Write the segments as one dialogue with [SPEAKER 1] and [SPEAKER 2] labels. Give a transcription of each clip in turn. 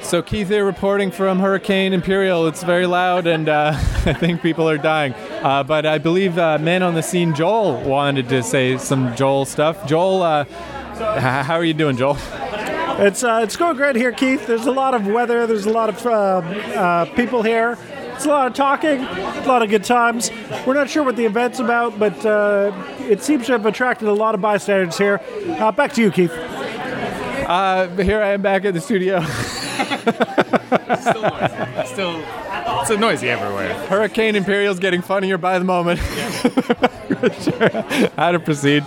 [SPEAKER 1] So Keith here reporting from Hurricane Imperial. It's very loud, and uh, I think people are dying. Uh, but I believe uh, man on the scene Joel wanted to say some Joel stuff. Joel, uh, h- how are you doing, Joel?
[SPEAKER 2] It's uh, it's going great here, Keith. There's a lot of weather. There's a lot of uh, uh, people here. It's a lot of talking, a lot of good times. We're not sure what the event's about, but uh, it seems to have attracted a lot of bystanders here. Uh, back to you, Keith.
[SPEAKER 1] Uh, here I am back at the studio.
[SPEAKER 3] Still, it's so noisy everywhere.
[SPEAKER 1] Hurricane Imperial's getting funnier by the moment. Sure. How to proceed?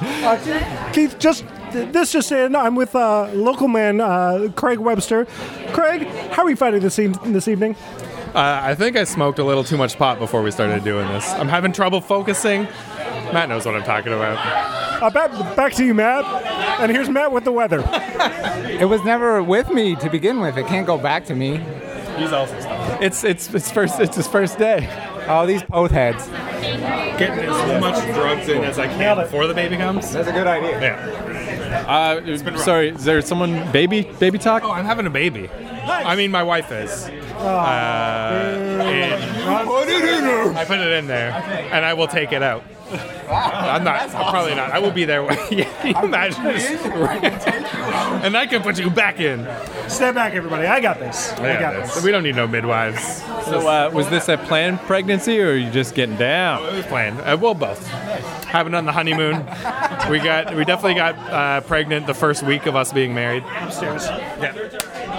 [SPEAKER 2] Keith, just th- this just in, I'm with uh, local man uh, Craig Webster. Craig, how are you fighting this, e- this evening?
[SPEAKER 3] Uh, I think I smoked a little too much pot before we started doing this. I'm having trouble focusing. Matt knows what I'm talking about.
[SPEAKER 2] Uh, back, back to you, Matt. And here's Matt with the weather.
[SPEAKER 4] It was never with me to begin with. It can't go back to me.
[SPEAKER 3] He's also stuck.
[SPEAKER 1] It's it's it's first it's his first day.
[SPEAKER 4] Oh, these both heads.
[SPEAKER 3] Getting as much drugs in as I can before the baby comes.
[SPEAKER 4] That's a good idea.
[SPEAKER 3] Yeah.
[SPEAKER 1] Uh,
[SPEAKER 3] been rough.
[SPEAKER 1] sorry, is there someone baby baby talk?
[SPEAKER 3] Oh, I'm having a baby. I mean, my wife is. Uh, and I put it in there, and I will take it out. I'm not. Probably not. I will be there. yeah, can you imagine? and I can put you back in.
[SPEAKER 2] Step back, everybody. I got this. I got this.
[SPEAKER 3] We don't need no midwives.
[SPEAKER 1] So uh, was this a planned pregnancy, or are you just getting down?
[SPEAKER 3] It was planned. Uh, well, both happened on the honeymoon. we got. We definitely got uh, pregnant the first week of us being married.
[SPEAKER 2] Upstairs.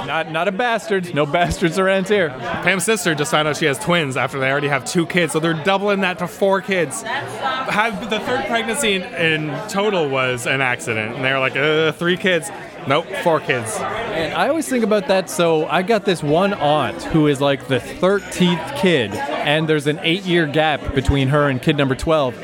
[SPEAKER 1] Not not a bastard. No bastards around here.
[SPEAKER 3] Pam's sister just found out she has twins after they already have two kids, so they're doubling that to four kids. Have, the third pregnancy in, in total was an accident, and they were like, uh, three kids. Nope, four kids.
[SPEAKER 1] And I always think about that. So I got this one aunt who is like the 13th kid, and there's an eight year gap between her and kid number 12.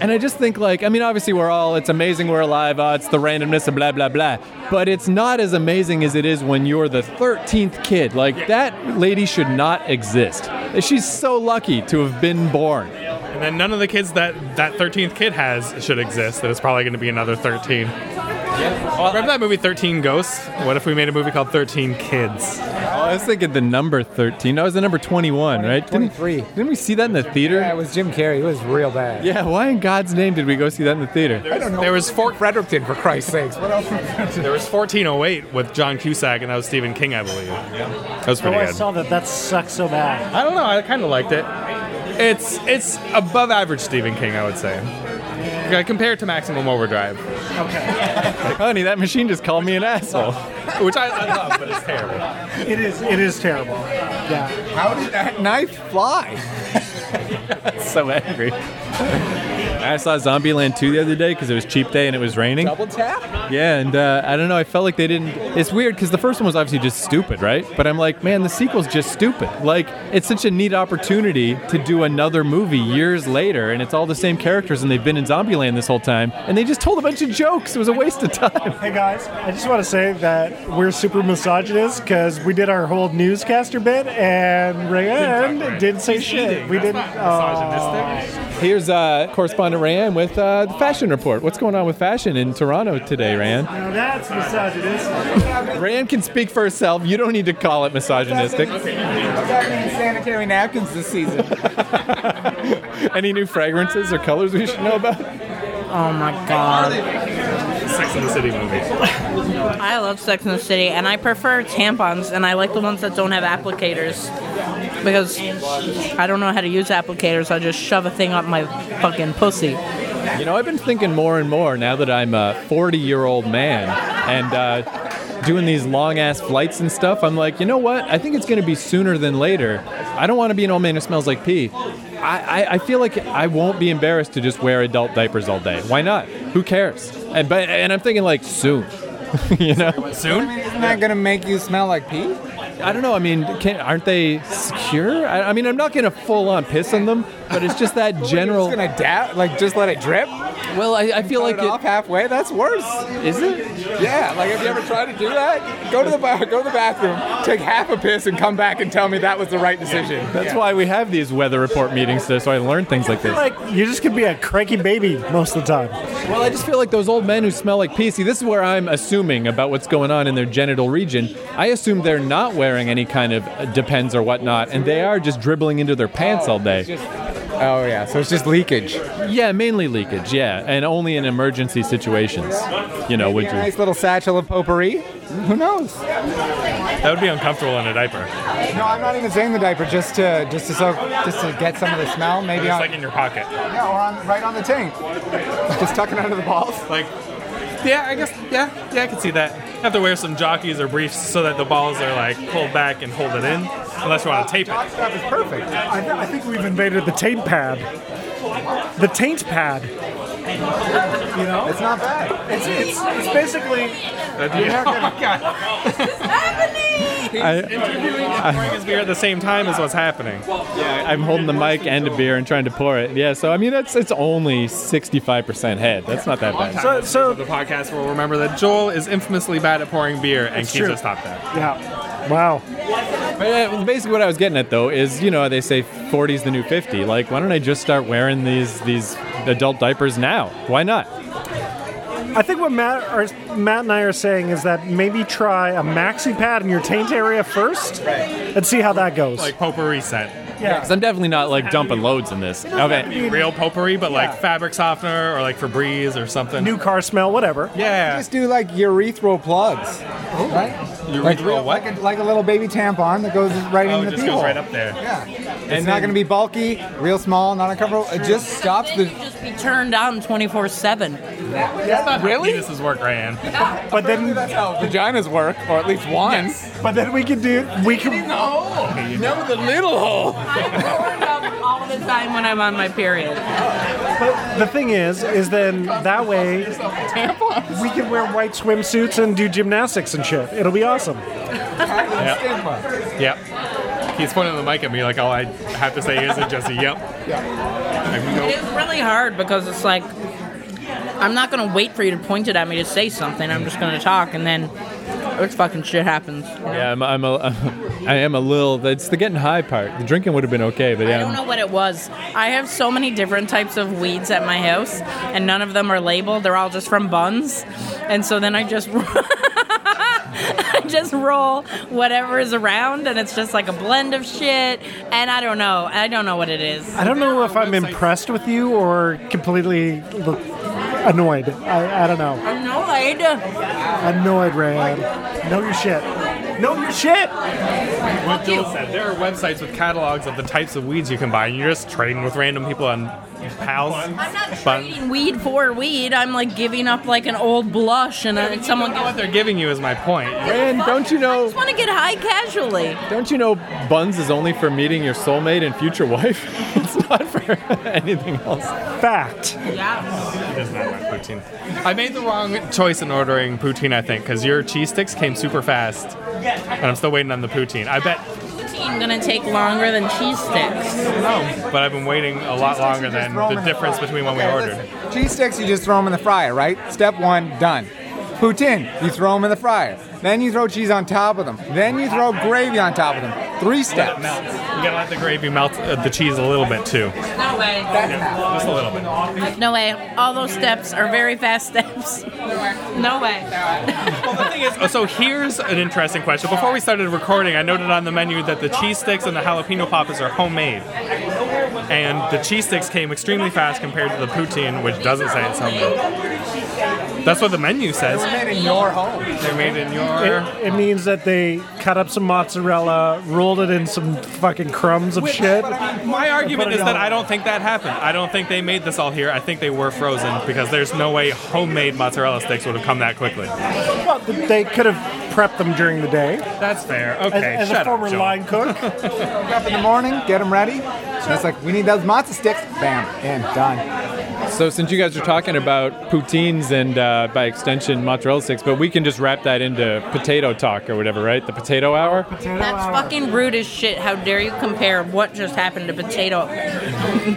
[SPEAKER 1] And I just think, like, I mean, obviously, we're all, it's amazing we're alive, uh, it's the randomness of blah, blah, blah. But it's not as amazing as it is when you're the 13th kid. Like, that lady should not exist. She's so lucky to have been born.
[SPEAKER 3] And then none of the kids that that 13th kid has should exist. There's probably going to be another 13. Remember that movie 13 Ghosts? What if we made a movie called 13 Kids?
[SPEAKER 1] Oh, I was thinking the number 13. I was the number 21, right? Didn't-
[SPEAKER 4] 23.
[SPEAKER 1] Didn't, we see that in the theater?
[SPEAKER 4] Yeah, it was Jim Carrey. It was real bad.
[SPEAKER 1] Yeah, why in God's name did we go see that in the theater?
[SPEAKER 3] There was four,
[SPEAKER 4] Fredericton, for Christ's sakes. What else?
[SPEAKER 3] there was 1408 with John Cusack, and that was Stephen King, I believe. That was
[SPEAKER 2] Oh,
[SPEAKER 3] pretty
[SPEAKER 2] I
[SPEAKER 3] good.
[SPEAKER 2] saw that. That sucks so bad.
[SPEAKER 3] I don't know. I kind of liked it. It's it's above average Stephen King, I would say. Yeah, Compared to Maximum Overdrive,
[SPEAKER 1] Honey, that machine just called me an asshole.
[SPEAKER 3] which I, I love, but it's terrible.
[SPEAKER 2] It is. It is terrible. Yeah.
[SPEAKER 4] How did that knife fly?
[SPEAKER 1] so angry. I saw Zombieland 2 the other day because it was cheap day and it was raining.
[SPEAKER 4] Double tap?
[SPEAKER 1] Yeah, and uh, I don't know. I felt like they didn't. It's weird because the first one was obviously just stupid, right? But I'm like, man, the sequel's just stupid. Like, it's such a neat opportunity to do another movie years later, and it's all the same characters, and they've been in Zombieland this whole time, and they just told a bunch of jokes. It was a waste of time.
[SPEAKER 2] Hey guys, I just want to say that we're super misogynist because we did our whole newscaster bit and Rayanne didn't, say shit. We didn't. Aw.
[SPEAKER 1] Here's uh, correspondent Rayanne with uh, the fashion report. What's going on with fashion in Toronto today, Rayanne?
[SPEAKER 2] Oh. Now that's misogynist.
[SPEAKER 1] Rayanne can speak for herself. You don't need to call it misogynistic.
[SPEAKER 4] What's happening in sanitary napkins this season?
[SPEAKER 1] Any new fragrances or colors we should know about?
[SPEAKER 5] Oh my god.
[SPEAKER 3] Sex and the City movie.
[SPEAKER 5] I love Sex in the City and I prefer tampons and I like the ones that don't have applicators because I don't know how to use applicators. I just shove a thing up my fucking pussy.
[SPEAKER 1] You know, I've been thinking more and more now that I'm a 40 year old man and uh, doing these long ass flights and stuff. I'm like, you know what? I think it's going to be sooner than later. I don't want to be an old man who smells like pee. I, I, I feel like I won't be embarrassed to just wear adult diapers all day. Why not? Who cares? And but and I'm thinking like soon. you know,
[SPEAKER 3] Soon?
[SPEAKER 4] Isn't that going to make you smell like pee?
[SPEAKER 1] I don't know. I mean, can, aren't they secure? I, I mean, I'm not gonna full on piss on them, but it's just that
[SPEAKER 4] You're
[SPEAKER 1] general.
[SPEAKER 4] just going to dab? Like, just let it drip?
[SPEAKER 1] Well, I, I feel
[SPEAKER 4] Cut
[SPEAKER 1] like
[SPEAKER 4] it off halfway. That's worse.
[SPEAKER 1] it is it.
[SPEAKER 4] Yeah, like have you ever tried to do that? Go to the ba- go to the bathroom, take half a piss, and come back and tell me that was the right decision.
[SPEAKER 1] That's why we have these weather report meetings, so so I learn things like this.
[SPEAKER 2] Like you just could be a cranky baby most of the time.
[SPEAKER 1] Well, I just feel like those old men who smell like pee. See, this is where I'm assuming about what's going on in their genital region. I assume they're not wearing any kind of uh, depends or whatnot, and they are just dribbling into their pants all day.
[SPEAKER 4] Oh yeah, so it's just leakage.
[SPEAKER 1] Yeah, mainly leakage. Yeah, and only in emergency situations. You know, would
[SPEAKER 4] Yeah,
[SPEAKER 1] you?
[SPEAKER 4] nice little satchel of potpourri. Who knows?
[SPEAKER 3] That would be uncomfortable in a diaper.
[SPEAKER 4] No, I'm not even saying the diaper. Just to just to soak, just to get some of the smell. Maybe
[SPEAKER 3] It's
[SPEAKER 4] on,
[SPEAKER 3] like in your pocket.
[SPEAKER 4] yeah, or on right on the tank. just tuck it under the balls.
[SPEAKER 3] Like, yeah, I guess, yeah, yeah, I can see that. You have to wear some jockeys or briefs so that the balls are like pulled back and hold it in, unless you want to tape
[SPEAKER 4] Doc
[SPEAKER 3] it.
[SPEAKER 4] stuff is perfect.
[SPEAKER 2] I, th- I think we've invaded the taint pad. The taint pad. You know,
[SPEAKER 4] It's not bad.
[SPEAKER 2] it's it's, it's basically
[SPEAKER 3] That'd be- oh my god!
[SPEAKER 1] I,
[SPEAKER 3] Interviewing and pouring his beer at the same time is what's happening.
[SPEAKER 1] I'm holding the mic and a beer and trying to pour it. Yeah, so I mean, that's it's only 65% head. That's not that bad.
[SPEAKER 2] so so
[SPEAKER 3] The podcast will remember that Joel is infamously bad at pouring beer and
[SPEAKER 2] It's
[SPEAKER 3] keeps
[SPEAKER 2] true.
[SPEAKER 3] us top that.
[SPEAKER 2] yeah. Wow.
[SPEAKER 1] But, uh, basically, what I was getting at though is, you know, they say 40 is the new 50. Like, why don't I just start wearing these these adult diapers now? Why not?
[SPEAKER 2] I think what Matt are, Matt and I are saying is that maybe try a maxi pad in your taint area first, and see how that goes.
[SPEAKER 3] Like potpourri scent.
[SPEAKER 1] Because I'm definitely not like dumping loads in this. Okay.
[SPEAKER 3] Real potpourri, but like
[SPEAKER 2] Yeah.
[SPEAKER 3] fabric softener or like Febreze or something.
[SPEAKER 2] new car smell, whatever.
[SPEAKER 3] yeah.
[SPEAKER 4] Just do like urethral plugs, right? like,
[SPEAKER 3] Urethral what?
[SPEAKER 4] Like a, like a little baby tampon that goes right
[SPEAKER 3] Oh,
[SPEAKER 4] in
[SPEAKER 3] it
[SPEAKER 4] the
[SPEAKER 3] just
[SPEAKER 4] pee
[SPEAKER 3] goes
[SPEAKER 4] hole.
[SPEAKER 3] right up there.
[SPEAKER 4] Yeah. It's not going to be bulky, real small, not uncomfortable. It just stops the.
[SPEAKER 5] Just be turned on 24 7.
[SPEAKER 3] Really? This is work, Ryan.
[SPEAKER 2] But then
[SPEAKER 4] That's how vaginas work, or at least one.
[SPEAKER 2] But then we could do we can
[SPEAKER 4] No, the little hole.
[SPEAKER 5] I'm poured up all the time when I'm on my period.
[SPEAKER 2] but the thing is is then that way we can wear white swimsuits and do gymnastics and shit. It'll be awesome.
[SPEAKER 3] Yep. He's pointing the mic at me like all I have to say is it just a yep.
[SPEAKER 5] It's really hard because it's like I'm not gonna wait for you to point it at me to say something. I'm just gonna talk, and then this fucking shit happens.
[SPEAKER 1] Yeah, I'm, I'm a, I am a little. It's the getting high part. The drinking would have been okay, but
[SPEAKER 5] I don't
[SPEAKER 1] yeah.
[SPEAKER 5] know what it was. I have so many different types of weeds at my house, and none of them are labeled. They're all just from buns, and so then I just. I just roll whatever is around, and it's just like a blend of shit. And I don't know. I don't know what it is.
[SPEAKER 2] I don't know if I'm impressed with you or completely look annoyed. I, I don't know.
[SPEAKER 5] Annoyed.
[SPEAKER 2] Annoyed, Rand. Know your shit. Know your shit.
[SPEAKER 3] What Jill said, there are websites with catalogs of the types of weeds you can buy, and you're just trading with random people on pals.
[SPEAKER 5] I'm not
[SPEAKER 3] Bun.
[SPEAKER 5] trading weed for weed. I'm like giving up like an old blush, and then someone
[SPEAKER 3] What
[SPEAKER 5] goes,
[SPEAKER 3] they're giving you is my point.
[SPEAKER 1] And don't you
[SPEAKER 5] I
[SPEAKER 1] know?
[SPEAKER 5] just want to get high casually.
[SPEAKER 1] Don't you know? Buns is only for meeting your soulmate and future wife. it's not for anything else.
[SPEAKER 2] Fact.
[SPEAKER 5] Yeah.
[SPEAKER 3] It is not my poutine. I made the wrong choice in ordering poutine, I think, because your cheese sticks came super fast, and I'm still waiting on the poutine. I bet,
[SPEAKER 5] I'm gonna take longer than cheese sticks.
[SPEAKER 3] but I've been waiting a lot longer than the difference between when we ordered.
[SPEAKER 4] ordered. Cheese sticks, you just throw them in the fryer, right? Step one, done. Poutine, you throw them in the fryer. Then you throw cheese on top of them. Then you throw gravy on top of them. Three steps.
[SPEAKER 3] Melt. You gotta let the gravy melt uh, the cheese a little bit too,
[SPEAKER 5] No way.
[SPEAKER 3] just a little bit.
[SPEAKER 5] No way. All those steps are very fast steps. No way.
[SPEAKER 3] The thing is, oh, so here's an interesting question. Before we started recording, I noted on the menu that the cheese sticks and the jalapeno poppers are homemade. And the cheese sticks came extremely fast compared to the poutine, which doesn't say it's homemade. That's what the menu says.
[SPEAKER 4] Made in your home.
[SPEAKER 3] They're made in your.
[SPEAKER 2] It, it means that they cut up some mozzarella, rolled it in some fucking crumbs of shit.
[SPEAKER 3] My argument
[SPEAKER 2] Put it
[SPEAKER 3] is that
[SPEAKER 2] on.
[SPEAKER 3] I don't think that happened. I don't think they made this all here. I think they were frozen because there's no way homemade mozzarella sticks would have come that quickly.
[SPEAKER 2] Well, they could have prep them during the day.
[SPEAKER 3] That's fair.
[SPEAKER 2] As,
[SPEAKER 3] Okay,
[SPEAKER 2] as
[SPEAKER 3] shut
[SPEAKER 2] a former
[SPEAKER 3] up, Joel.
[SPEAKER 2] line cook,
[SPEAKER 4] Wake up in the morning, get them ready. And it's like, we need those matzo sticks. Bam, and done.
[SPEAKER 1] So since you guys are talking about poutines and uh, by extension mozzarella sticks, but we can just wrap that into potato talk or whatever, right? The potato hour.
[SPEAKER 5] That's fucking rude as shit. How dare you compare what just happened to potato,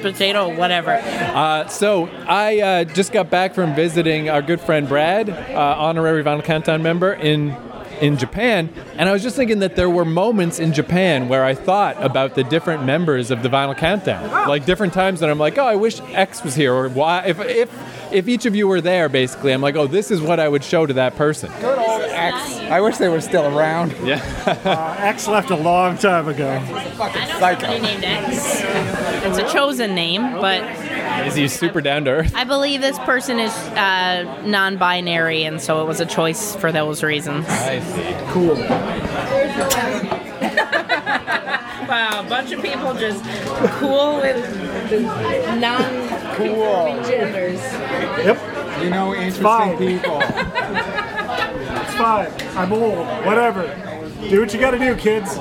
[SPEAKER 5] potato, whatever.
[SPEAKER 1] Uh, so I uh, just got back from visiting our good friend Brad, uh, honorary Vinyl Countdown member in in Japan, and I was just thinking that there were moments in Japan where I thought about the different members of the Vinyl Countdown, like different times that I'm like, oh, I wish X was here or Y. If if if each of you were there, basically, I'm like, oh, this is what I would show to that person.
[SPEAKER 4] Good old X. I wish they were still around.
[SPEAKER 2] uh, X left a long time ago.
[SPEAKER 4] Fucking
[SPEAKER 5] Somebody
[SPEAKER 4] psycho.
[SPEAKER 5] named X. It's a chosen name, but
[SPEAKER 1] Is he super down to earth?
[SPEAKER 5] I believe this person is uh, non-binary, and so it was a choice for those reasons.
[SPEAKER 1] I see.
[SPEAKER 5] Wow, a bunch of people just cool with non
[SPEAKER 4] Cool.
[SPEAKER 5] genders.
[SPEAKER 2] Yep,
[SPEAKER 4] You know interesting
[SPEAKER 2] fine.
[SPEAKER 4] people.
[SPEAKER 2] it's fine. I'm old. Whatever. Do what you gotta do, kids.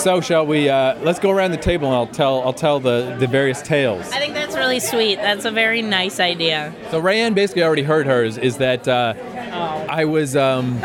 [SPEAKER 1] So shall we? Uh, let's go around the table and I'll tell I'll tell the the various tales.
[SPEAKER 5] I think that's really sweet. That's a very nice idea.
[SPEAKER 1] So Rayanne basically already heard hers. Is that uh, I was um,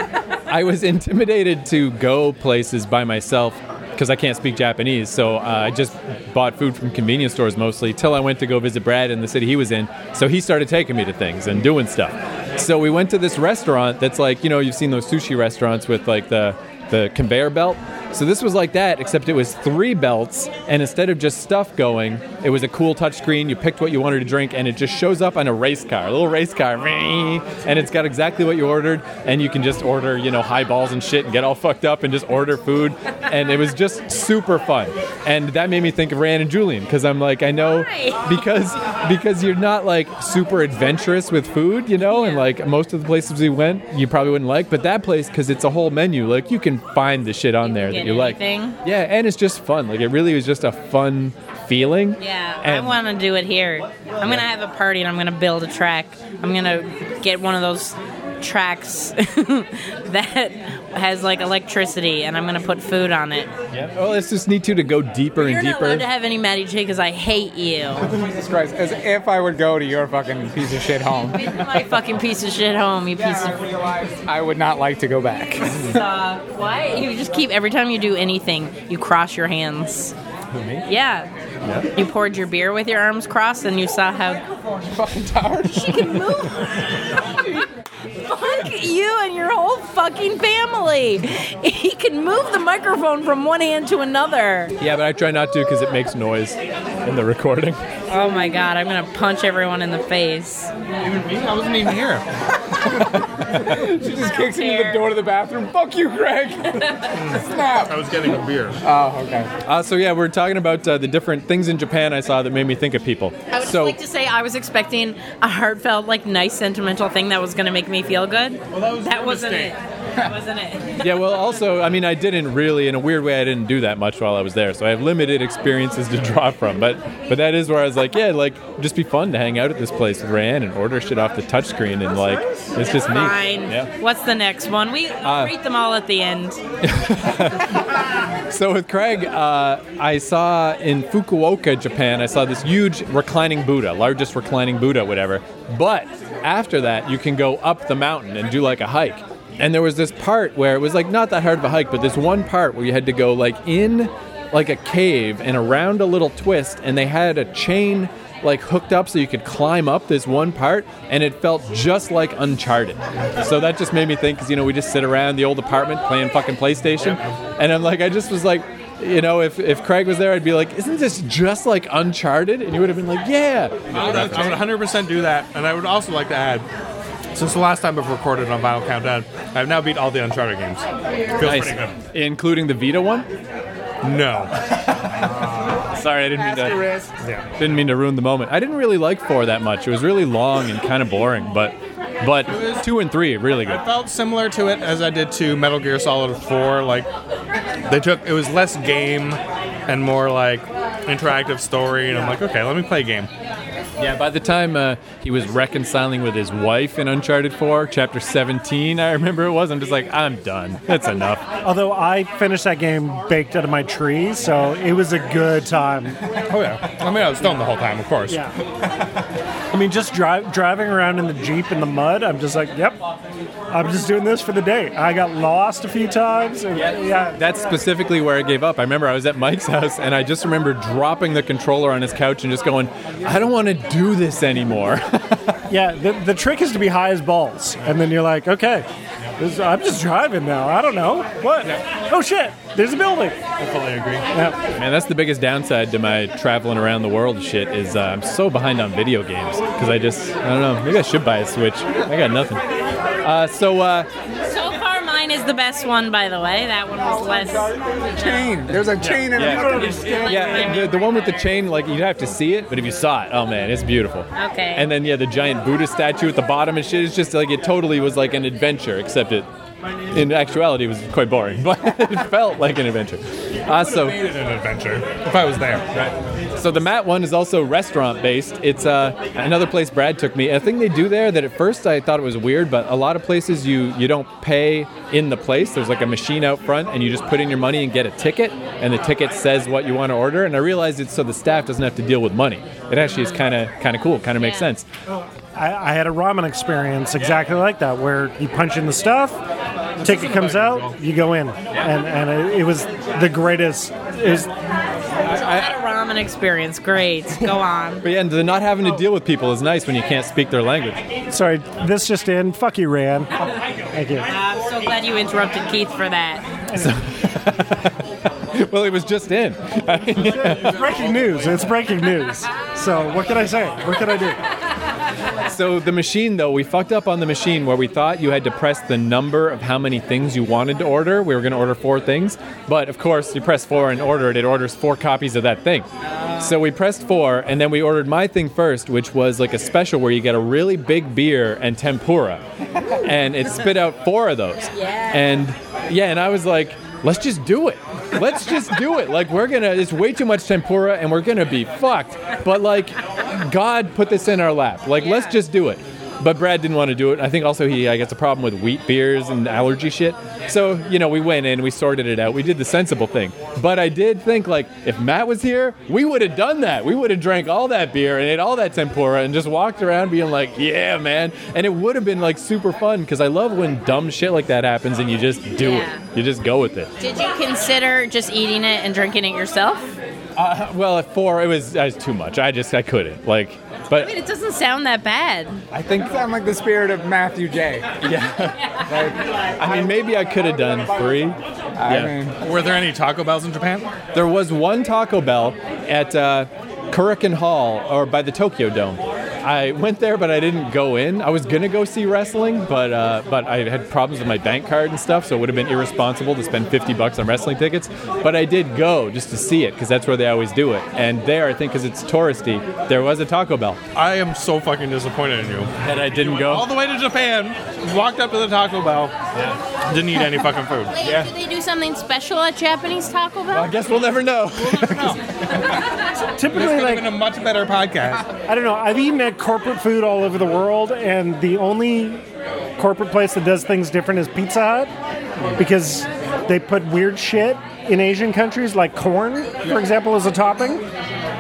[SPEAKER 1] I was intimidated to go places by myself because I can't speak Japanese. So uh, I just bought food from convenience stores mostly till I went to go visit Brad in the city he was in. So he started taking me to things and doing stuff. So we went to this restaurant that's like you know you've seen those sushi restaurants with like the the conveyor belt. So this was like that, except it was three belts, and instead of just stuff going, it was a cool touchscreen. You picked what you wanted to drink, and it just shows up on a race car, a little race car, and it's got exactly what you ordered. And you can just order, you know, highballs and shit, and get all fucked up, and just order food. And it was just super fun, and that made me think of Rand and Julian because I'm like, I know
[SPEAKER 5] Why?
[SPEAKER 1] because because you're not like super adventurous with food, you know, and like most of the places we went, you probably wouldn't like, but that place because it's a whole menu, like you can find the shit on there that
[SPEAKER 5] get
[SPEAKER 1] you like.
[SPEAKER 5] anything.
[SPEAKER 1] Yeah, and it's just fun. Like it really was just a fun feeling.
[SPEAKER 5] Yeah,
[SPEAKER 1] And-
[SPEAKER 5] I want to do it here. I'm gonna have a party and I'm gonna build a track. I'm gonna get one of those tracks that has like electricity, and I'm gonna put food on it.
[SPEAKER 1] Yeah. Well, it's just need you to go deeper
[SPEAKER 5] You're
[SPEAKER 1] and
[SPEAKER 5] not allowed to
[SPEAKER 1] deeper.
[SPEAKER 5] have any Maddie J because I hate you.
[SPEAKER 4] Jesus Christ, as if I would go to your fucking piece of shit home.
[SPEAKER 5] My fucking piece of shit home, you piece
[SPEAKER 4] I
[SPEAKER 5] of
[SPEAKER 4] realized I would not like to go back.
[SPEAKER 5] fuck. Why? You just keep every time you do anything, you cross your hands. Yeah. You poured your beer with your arms crossed, and you saw how
[SPEAKER 4] fucking tired.
[SPEAKER 5] she could move. Fuck you and your whole fucking family. He can move the microphone from one hand to another.
[SPEAKER 1] Yeah, but I try not to because it makes noise in the recording.
[SPEAKER 5] Oh my god, I'm gonna punch everyone in the face.
[SPEAKER 3] I wasn't even here.
[SPEAKER 4] She just kicks into the door to the bathroom. Fuck you, Greg.
[SPEAKER 3] I
[SPEAKER 4] Snap.
[SPEAKER 3] was getting a beer.
[SPEAKER 4] Oh, okay.
[SPEAKER 1] Uh, so yeah, we're talking about uh, the different things in Japan I saw that made me think of people.
[SPEAKER 5] I would
[SPEAKER 1] so
[SPEAKER 5] just like to say I was expecting a heartfelt, like nice, sentimental thing that was gonna make me feel good. Well,
[SPEAKER 3] that was your
[SPEAKER 5] not
[SPEAKER 3] mistake.
[SPEAKER 5] it. That wasn't it.
[SPEAKER 1] yeah, well, also, I mean, I didn't really, in a weird way, I didn't do that much while I was there, so I have limited experiences to draw from. But, but that is where I was like, yeah, like just be fun to hang out at this place with Rayanne and order shit off the touchscreen, and like it's just neat.
[SPEAKER 5] Fine.
[SPEAKER 1] Yeah. Uh,
[SPEAKER 5] What's the next one? We rate them all at the end.
[SPEAKER 1] So with Craig, uh, I saw in Fukuoka, Japan, I saw this huge reclining Buddha, largest reclining Buddha, whatever. But after that, you can go up the mountain and do like a hike. And there was this part where it was like not that hard of a hike, but this one part where you had to go like in like a cave and around a little twist, and they had a chain like hooked up so you could climb up this one part and it felt just like uncharted so that just made me think because you know we just sit around the old apartment playing fucking playstation and i'm like i just was like you know if, if craig was there i'd be like isn't this just like uncharted and you would have been like yeah
[SPEAKER 3] I would, I would 100% do that, and I would also like to add, since the last time I've recorded on Vinyl Countdown, I've now beat all the Uncharted games. Feels
[SPEAKER 1] nice
[SPEAKER 3] pretty good.
[SPEAKER 1] including the vita one
[SPEAKER 3] No.
[SPEAKER 1] sorry i didn't mean to
[SPEAKER 3] Yeah.
[SPEAKER 1] didn't mean to ruin the moment i didn't really like four that much it was really long and kind of boring but but two and three really good
[SPEAKER 3] I felt similar to it as I did to Metal Gear Solid 4. Like, they took, it was less game and more like interactive story, and I'm like, okay, let me play a game.
[SPEAKER 1] Yeah, by the time uh, he was reconciling with his wife in Uncharted 4, Chapter 17, I remember it was. I'm just like, I'm done. That's enough.
[SPEAKER 2] Although I finished that game baked out of my tree, so it was a good time.
[SPEAKER 3] Oh yeah. I mean, I was stoned the whole time, of course.
[SPEAKER 2] Yeah. I mean, just drive, driving around in the Jeep in the mud, I'm just like, yep, I'm just doing this for the day. I got lost a few times. and- yeah.
[SPEAKER 1] That's specifically where I gave up. I remember I was at Mike's house and I just remember dropping the controller on his couch and just going, I don't want to do this anymore.
[SPEAKER 2] Yeah, the, the trick is to be high as balls, and then you're like, okay, this, I'm just driving now. I don't know what. Oh shit, there's a building.
[SPEAKER 3] I fully agree.
[SPEAKER 2] Yeah,
[SPEAKER 1] Man, that's the biggest downside to my traveling around the world shit is uh, I'm so behind on video games because I just I don't know maybe I should buy a Switch. I got nothing. Uh, so uh,
[SPEAKER 5] So far, mine is the best one, by the way. That one was less.
[SPEAKER 4] Chain. There's a chain in
[SPEAKER 1] Yeah.
[SPEAKER 4] a fucking stand.
[SPEAKER 1] yeah, the, the one with the chain like you'd have to see it, but if you saw it, oh man, it's beautiful.
[SPEAKER 5] Okay.
[SPEAKER 1] And then yeah, the giant Buddha statue at the bottom and shit is just like it totally was like an adventure, except it in actuality it was quite boring, but it felt like an adventure. Uh, so.
[SPEAKER 3] Made it an adventure if I was there. Right.
[SPEAKER 1] So the Matt one is also restaurant based. It's uh, another place Brad took me. A thing they do there that at first I thought it was weird, but a lot of places you you don't pay in the place. There's like a machine out front, and you just put in your money and get a ticket, and the ticket says what you want to order. And I realized it's so the staff doesn't have to deal with money. It actually is kind of kind of cool. Kind of makes
[SPEAKER 5] Yeah.
[SPEAKER 1] sense.
[SPEAKER 2] I, I had a ramen experience exactly like that, where you punch in the stuff, ticket comes out, you go in, and and it, it was the greatest. It was
[SPEAKER 5] Had a ramen experience. Great. Go on.
[SPEAKER 1] But yeah, and the not having to deal with people is nice when you can't speak their language.
[SPEAKER 2] Sorry, this just in. Fuck you, Ran. Thank you.
[SPEAKER 5] I'm so glad you interrupted Keith for that.
[SPEAKER 1] Well, it was just in.
[SPEAKER 2] It's breaking news. It's breaking news. So what can I say? What can I do?
[SPEAKER 1] So the machine though, we fucked up on the machine where we thought you had to press the number of how many things you wanted to order. We were going to order four things, but of course, you press four and order it, it orders four copies of that thing. So we pressed four, and then we ordered my thing first, which was like a special where you get a really big beer and tempura, and it spit out four of those.
[SPEAKER 5] Yeah.
[SPEAKER 1] And yeah, and I was like, let's just do it. Let's just do it. Like we're gonna. It's way too much tempura, and we're gonna be fucked. But like, God put this in our lap. Like let's just do it. But Brad didn't want to do it. I think also he I guess a problem with wheat beers and allergy shit. So you know we went in, we sorted it out, we did the sensible thing. But I did think like if Matt was here, we would have done that. We would have drank all that beer and ate all that tempura and just walked around being like, yeah, man. And it would have been like super fun because I love when dumb shit like that happens and you just do
[SPEAKER 5] Yeah.
[SPEAKER 1] it. You just go with it.
[SPEAKER 5] Did you consider just eating it and drinking it yourself?
[SPEAKER 1] Well, at four, it was, I was too much. I just I couldn't like.
[SPEAKER 5] I
[SPEAKER 1] But
[SPEAKER 5] mean, it doesn't sound that bad.
[SPEAKER 1] I think
[SPEAKER 4] Sound like the spirit of Matthew J.
[SPEAKER 1] I mean maybe I could have done three.
[SPEAKER 4] I
[SPEAKER 1] Yeah.
[SPEAKER 4] mean,
[SPEAKER 3] Were there any Taco Bells in Japan?
[SPEAKER 1] There was one Taco Bell at uh, Kurikan Hall or by the Tokyo Dome. I went there, but I didn't go in. I was gonna go see wrestling, but uh, but I had problems with my bank card and stuff, so it would have been irresponsible to spend 50 bucks on wrestling tickets. But I did go just to see it because that's where they always do it. And there, I think, because it's touristy, there was a Taco Bell,
[SPEAKER 3] I am so fucking disappointed in you.
[SPEAKER 1] and I didn't
[SPEAKER 3] All
[SPEAKER 1] go.
[SPEAKER 3] the way to Japan, walked up to the Taco Bell, didn't eat any fucking food.
[SPEAKER 5] Wait, do they do something special at Japanese Taco
[SPEAKER 1] I
[SPEAKER 5] Bell?
[SPEAKER 1] guess we'll never know.
[SPEAKER 2] Typically,
[SPEAKER 3] Could have
[SPEAKER 2] like
[SPEAKER 3] been a much better podcast.
[SPEAKER 2] I don't know. I've eaten at corporate food all over the world, and the only corporate place that does things different is Pizza Hut because they put weird shit in Asian countries, like corn, for example, as a topping.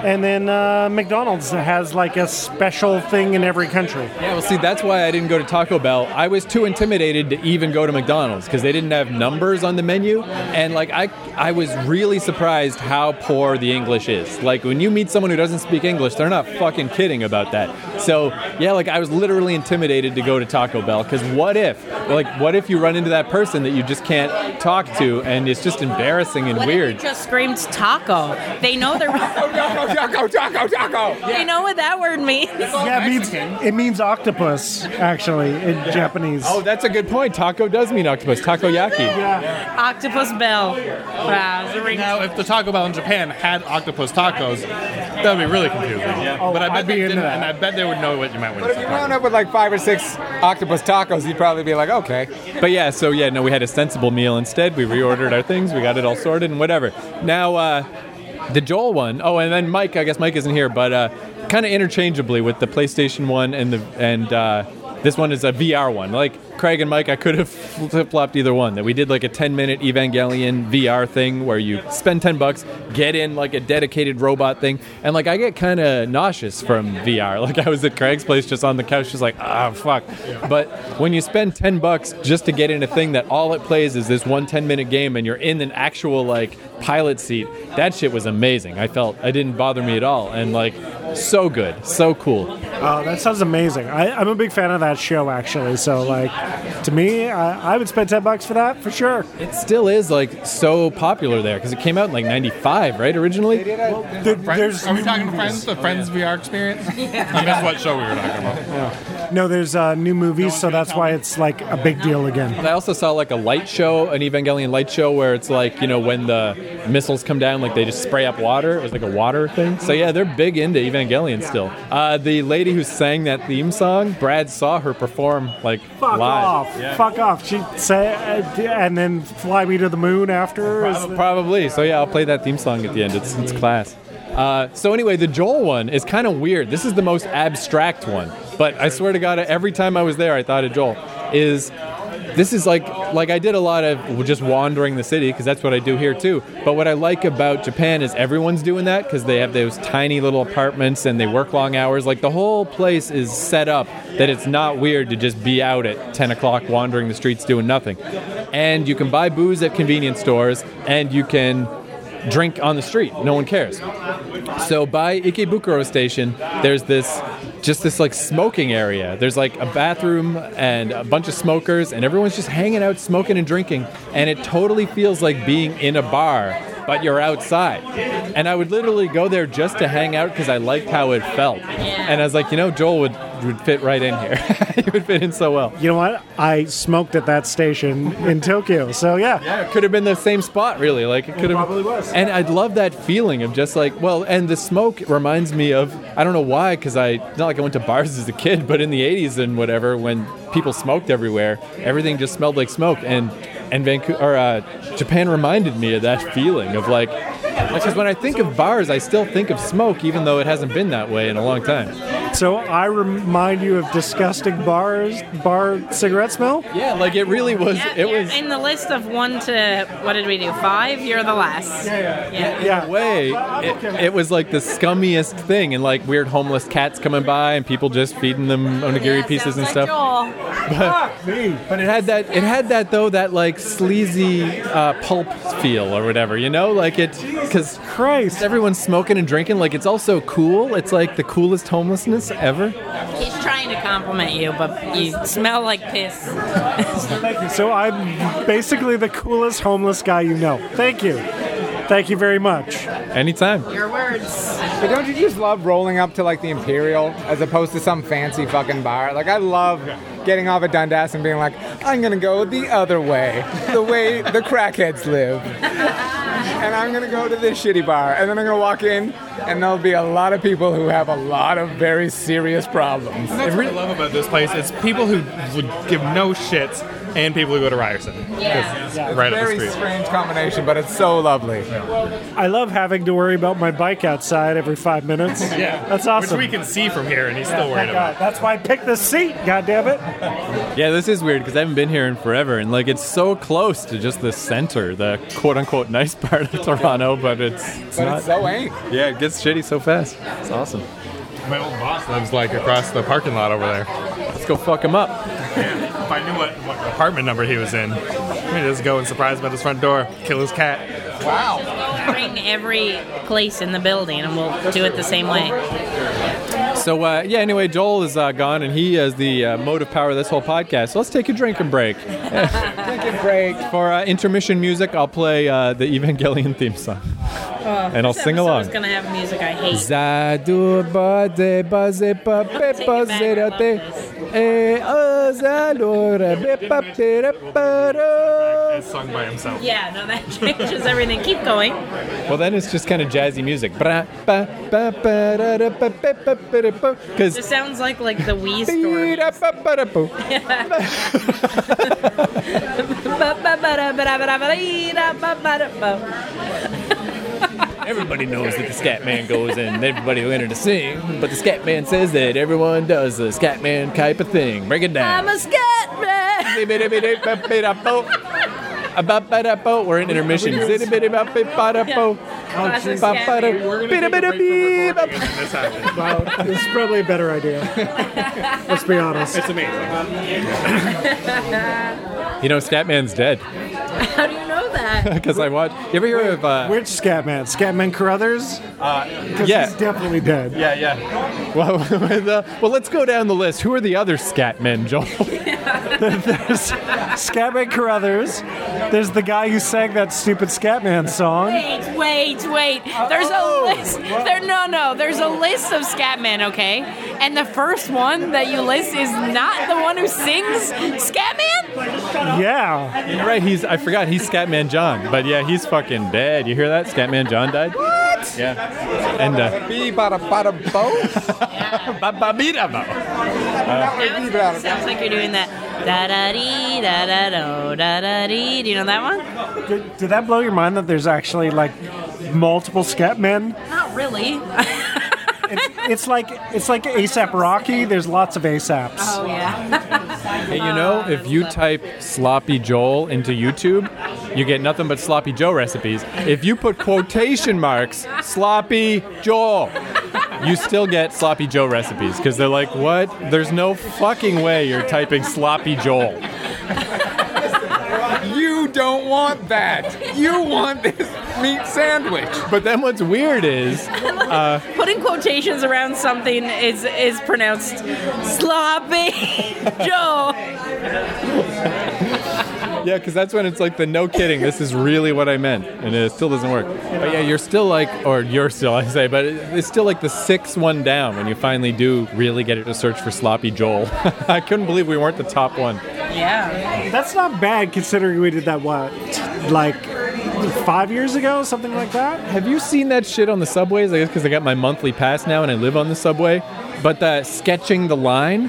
[SPEAKER 2] And then uh, McDonald's has like a special thing in every country.
[SPEAKER 1] Yeah, well, see, that's why I didn't go to Taco Bell. I was too intimidated to even go to McDonald's because they didn't have numbers on the menu, and like I, I was really surprised how poor the English is. Like when you meet someone who doesn't speak English, they're not fucking kidding about that. So yeah, like I was literally intimidated to go to Taco Bell because what if, like, what if you run into that person that you just can't talk to, and it's just embarrassing and
[SPEAKER 5] What if you
[SPEAKER 1] weird.
[SPEAKER 5] just screamed taco. They know they're.
[SPEAKER 4] taco, taco, taco, taco.
[SPEAKER 5] They know what that word means.
[SPEAKER 2] Yeah, it means, it means octopus, actually, in Japanese.
[SPEAKER 1] Oh, that's a good point. Taco does mean octopus. Takoyaki.
[SPEAKER 5] Octopus Bell. Wow, it's a ring-
[SPEAKER 3] Now, if the Taco Bell in Japan had octopus tacos, that would be really confusing. But I bet
[SPEAKER 2] Oh, I'd be
[SPEAKER 3] they
[SPEAKER 2] into
[SPEAKER 3] didn't,
[SPEAKER 2] that.
[SPEAKER 3] and I bet they would know what you meant when
[SPEAKER 4] But
[SPEAKER 3] you
[SPEAKER 4] if you
[SPEAKER 3] said
[SPEAKER 4] wound
[SPEAKER 3] taco.
[SPEAKER 4] up with like five or six octopus tacos, you'd probably be like, okay.
[SPEAKER 1] But yeah, so yeah, no, we had a sensible meal instead. We reordered our things, we got it all sorted and whatever. Now, uh, the Joel one, oh, and then Mike, I guess Mike isn't here, but uh, kind of interchangeably with the PlayStation one and the and uh, this one is a VR one. Like Craig and Mike, I could have flip flopped either one. That we did like a 10 minute Evangelion VR thing where you spend 10 bucks, get in like a dedicated robot thing, and like I get kind of nauseous from VR. Like I was at Craig's place just on the couch, just like ah fuck. But when you spend 10 bucks just to get in a thing that all it plays is this one 10 minute game, and you're in an actual like pilot seat, that shit was amazing. I felt I didn't bother me at all, and like so good, so cool.
[SPEAKER 2] Oh, that sounds amazing. I, I'm a big fan of that show, actually. So, like, to me, I, I would spend 10 bucks for that for sure.
[SPEAKER 1] It still is like so popular there because it came out in like '95, right? Originally,
[SPEAKER 2] There-
[SPEAKER 3] Friends?
[SPEAKER 2] there's
[SPEAKER 3] Are we talking Friends? The Friends VR experience? I mean, that's what show we were talking about.
[SPEAKER 2] no, there's uh, new movies, so that's why it's like a big deal again.
[SPEAKER 1] And I also saw like a light show, an Evangelion light show, where it's like you know when the missiles come down, like they just spray up water. It was like a water thing. So yeah, they're big into Evangelion still. Uh, the lady who sang that theme song, Brad saw her perform like
[SPEAKER 2] Fuck
[SPEAKER 1] live.
[SPEAKER 2] off! Fuck off! She said, uh, and then fly me to the moon after. is the-
[SPEAKER 1] Probably. So yeah, I'll play that theme song at the end. It's, it's class. Uh, so anyway, the Joel one is kind of weird. This is the most abstract one, but I swear to God, every time I was there, I thought of Joel. Is this is like like I did a lot of just wandering the city because that's what I do here too. But what I like about Japan is everyone's doing that because they have those tiny little apartments and they work long hours. Like the whole place is set up that it's not weird to just be out at 10 o'clock wandering the streets doing nothing. And you can buy booze at convenience stores and you can drink on the street. No one cares. So by Ikebukuro Station, there's this just this like smoking area. There's like a bathroom and a bunch of smokers, and everyone's just hanging out, smoking and drinking, and it totally feels like being in a bar, but you're outside. And I would literally go there just to hang out because I liked how it felt. And I was like, you know, Joel would, would fit right in here. he would fit in so well.
[SPEAKER 2] You know what? I smoked at that station in Tokyo. So yeah,
[SPEAKER 1] Yeah, it could have been the same spot, really. Like it could have
[SPEAKER 2] probably was.
[SPEAKER 1] And I'd love that feeling of just like, well, and the smoke reminds me of I don't know why, because I not like I went to bars as a kid, but in the '80s and whatever, when people smoked everywhere, everything just smelled like smoke, and and Vancouver or uh, Japan reminded me of that feeling of like. Because when I think of bars, I still think of smoke, even though it hasn't been that way in a long time.
[SPEAKER 2] So I remind you of disgusting bars, bar cigarette smell.
[SPEAKER 1] Yeah, like it really was.
[SPEAKER 5] Yeah,
[SPEAKER 1] it
[SPEAKER 5] you're
[SPEAKER 1] was
[SPEAKER 5] in the list of one to what did we do? Five. You're the last. Yeah, yeah.
[SPEAKER 2] Yeah,
[SPEAKER 1] way, it, it was like the scummiest thing, and like weird homeless cats coming by, and people just feeding them onigiri pieces
[SPEAKER 5] sounds
[SPEAKER 1] and
[SPEAKER 5] like
[SPEAKER 1] stuff.
[SPEAKER 5] Joel.
[SPEAKER 1] But it had that, it had that though, that like sleazy uh, pulp feel or whatever, you know, like it, because
[SPEAKER 2] Christ.
[SPEAKER 1] everyone's smoking and drinking. Like it's also cool. It's like the coolest homelessness ever.
[SPEAKER 5] He's trying to compliment you, but you smell like piss.
[SPEAKER 2] So I'm basically the coolest homeless guy you know. Thank you. Thank you very much.
[SPEAKER 1] Anytime.
[SPEAKER 5] Your words.
[SPEAKER 4] But don't you just love rolling up to like the Imperial as opposed to some fancy fucking bar? Like I love getting off at Dundas and being like, I'm gonna go the other way, the way the crackheads live, and I'm gonna go to this shitty bar, and then I'm gonna walk in, and there'll be a lot of people who have a lot of very serious problems.
[SPEAKER 3] And that's what I love about this place. It's people who would give no shits and people who go to Ryerson. 'Cause it's Right up
[SPEAKER 4] Very
[SPEAKER 3] the street.
[SPEAKER 4] strange combination, but it's so lovely.
[SPEAKER 2] I love having to worry about my bike outside every five minutes. that's awesome.
[SPEAKER 3] Which we can see from here, and he's still worried
[SPEAKER 2] Thank
[SPEAKER 3] about
[SPEAKER 2] God. That's why I picked this seat. God damn it.
[SPEAKER 1] Yeah, this is weird because I haven't been here in forever, and like it's so close to just the center, the quote unquote nice part of Toronto, but it's, it's
[SPEAKER 4] But
[SPEAKER 1] not.
[SPEAKER 4] it's so ain't.
[SPEAKER 1] yeah, it gets shitty so fast. It's awesome.
[SPEAKER 3] it. My old boss lives like across the parking lot over there.
[SPEAKER 1] Let's go fuck him up.
[SPEAKER 3] If I knew what, what apartment number he was in, I'd just go and surprise him at his front door, kill his cat.
[SPEAKER 5] Bring every place in the building, and we'll do it the same way.
[SPEAKER 1] So uh, yeah. Anyway, Joel is uh, gone, and he is the uh, motive power of this whole podcast. So let's take a drinking break.
[SPEAKER 4] Take a break.
[SPEAKER 1] For uh, intermission music, I'll play uh, the Evangelion theme song, and I'll sing
[SPEAKER 5] Oh. It's
[SPEAKER 1] along.
[SPEAKER 5] gonna have music I hate.
[SPEAKER 1] Zadu bade baze pa pe
[SPEAKER 5] Take it
[SPEAKER 1] pa
[SPEAKER 5] back,
[SPEAKER 1] zera
[SPEAKER 5] I love
[SPEAKER 1] te. Eh, oh, zalora be pa pe ra pa ra.
[SPEAKER 3] It's sung by himself.
[SPEAKER 5] Yeah, no, that changes everything. Keep going.
[SPEAKER 1] Well, then it's just kind of jazzy music. Because
[SPEAKER 5] This sounds like like the Wii story.
[SPEAKER 1] Everybody knows that the scat man goes and everybody learned to sing, but the scat man says that everyone does the scat man type of thing. Break it
[SPEAKER 5] I'm
[SPEAKER 1] down.
[SPEAKER 5] a scat man.
[SPEAKER 1] We're in intermission.
[SPEAKER 5] Classic scat man.
[SPEAKER 3] We're gonna take a break from recording when this happens.
[SPEAKER 2] Wow, this is probably a better idea. Let's be honest.
[SPEAKER 3] It's amazing.
[SPEAKER 1] You know, Scatman's dead
[SPEAKER 5] How do you know that?
[SPEAKER 1] because I watched. You ever hear of? Uh,
[SPEAKER 2] Which Scatman? Scatman Carruthers?
[SPEAKER 3] Uh,
[SPEAKER 2] Because
[SPEAKER 1] yeah.
[SPEAKER 2] he's definitely dead.
[SPEAKER 1] Yeah, yeah. Well, with, uh, well, let's go down the list. Who are the other Scatmen, Joel?
[SPEAKER 2] There's Scatman Carruthers. There's the guy who sang that stupid Scatman song.
[SPEAKER 5] Wait, wait, wait. There's a list. There, no, no. There's a list of scat men, okay? And the first one that you list is not the one who sings scat man?
[SPEAKER 2] Yeah.
[SPEAKER 1] You're right. He's. I forgot. He's Scatman John. But yeah, he's fucking dead. You hear that? Scatman John died. What? Yeah. And uh,
[SPEAKER 4] Bee bada bada bo.
[SPEAKER 1] ba-ba-bee-da-bo.
[SPEAKER 5] Now it sounds like you're doing that. Da da dee, da da do, da da dee. Do you know that one?
[SPEAKER 2] Did, did that blow your mind that there's actually like multiple Scatmen?
[SPEAKER 5] Not really.
[SPEAKER 2] It's, it's like it's like ASAP Rocky. There's lots of ASAPs.
[SPEAKER 5] Oh, yeah.
[SPEAKER 1] Hey, you know, if you type sloppy Joel into YouTube, you get nothing but sloppy Joe recipes. If you put quotation marks, sloppy Joel, you still get sloppy Joe recipes because they're like, what? There's no fucking way you're typing sloppy Joel.
[SPEAKER 4] You don't want that. You want this meat sandwich.
[SPEAKER 1] But then what's weird is,
[SPEAKER 5] Putting quotations around something is is pronounced sloppy Joe.
[SPEAKER 1] yeah, because that's when it's like the no kidding, this is really what I meant. And it still doesn't work. But yeah, you're still like, or you're still, I say, but it- it's still like the sixth one down when you finally do really get it to search for sloppy Joel. I couldn't believe we weren't the top one.
[SPEAKER 5] Yeah.
[SPEAKER 2] That's not bad considering we did that what, like five years ago, something like that.
[SPEAKER 1] Have you seen that shit on the subways? I guess because I got my monthly pass now and I live on the subway. But the sketching the line,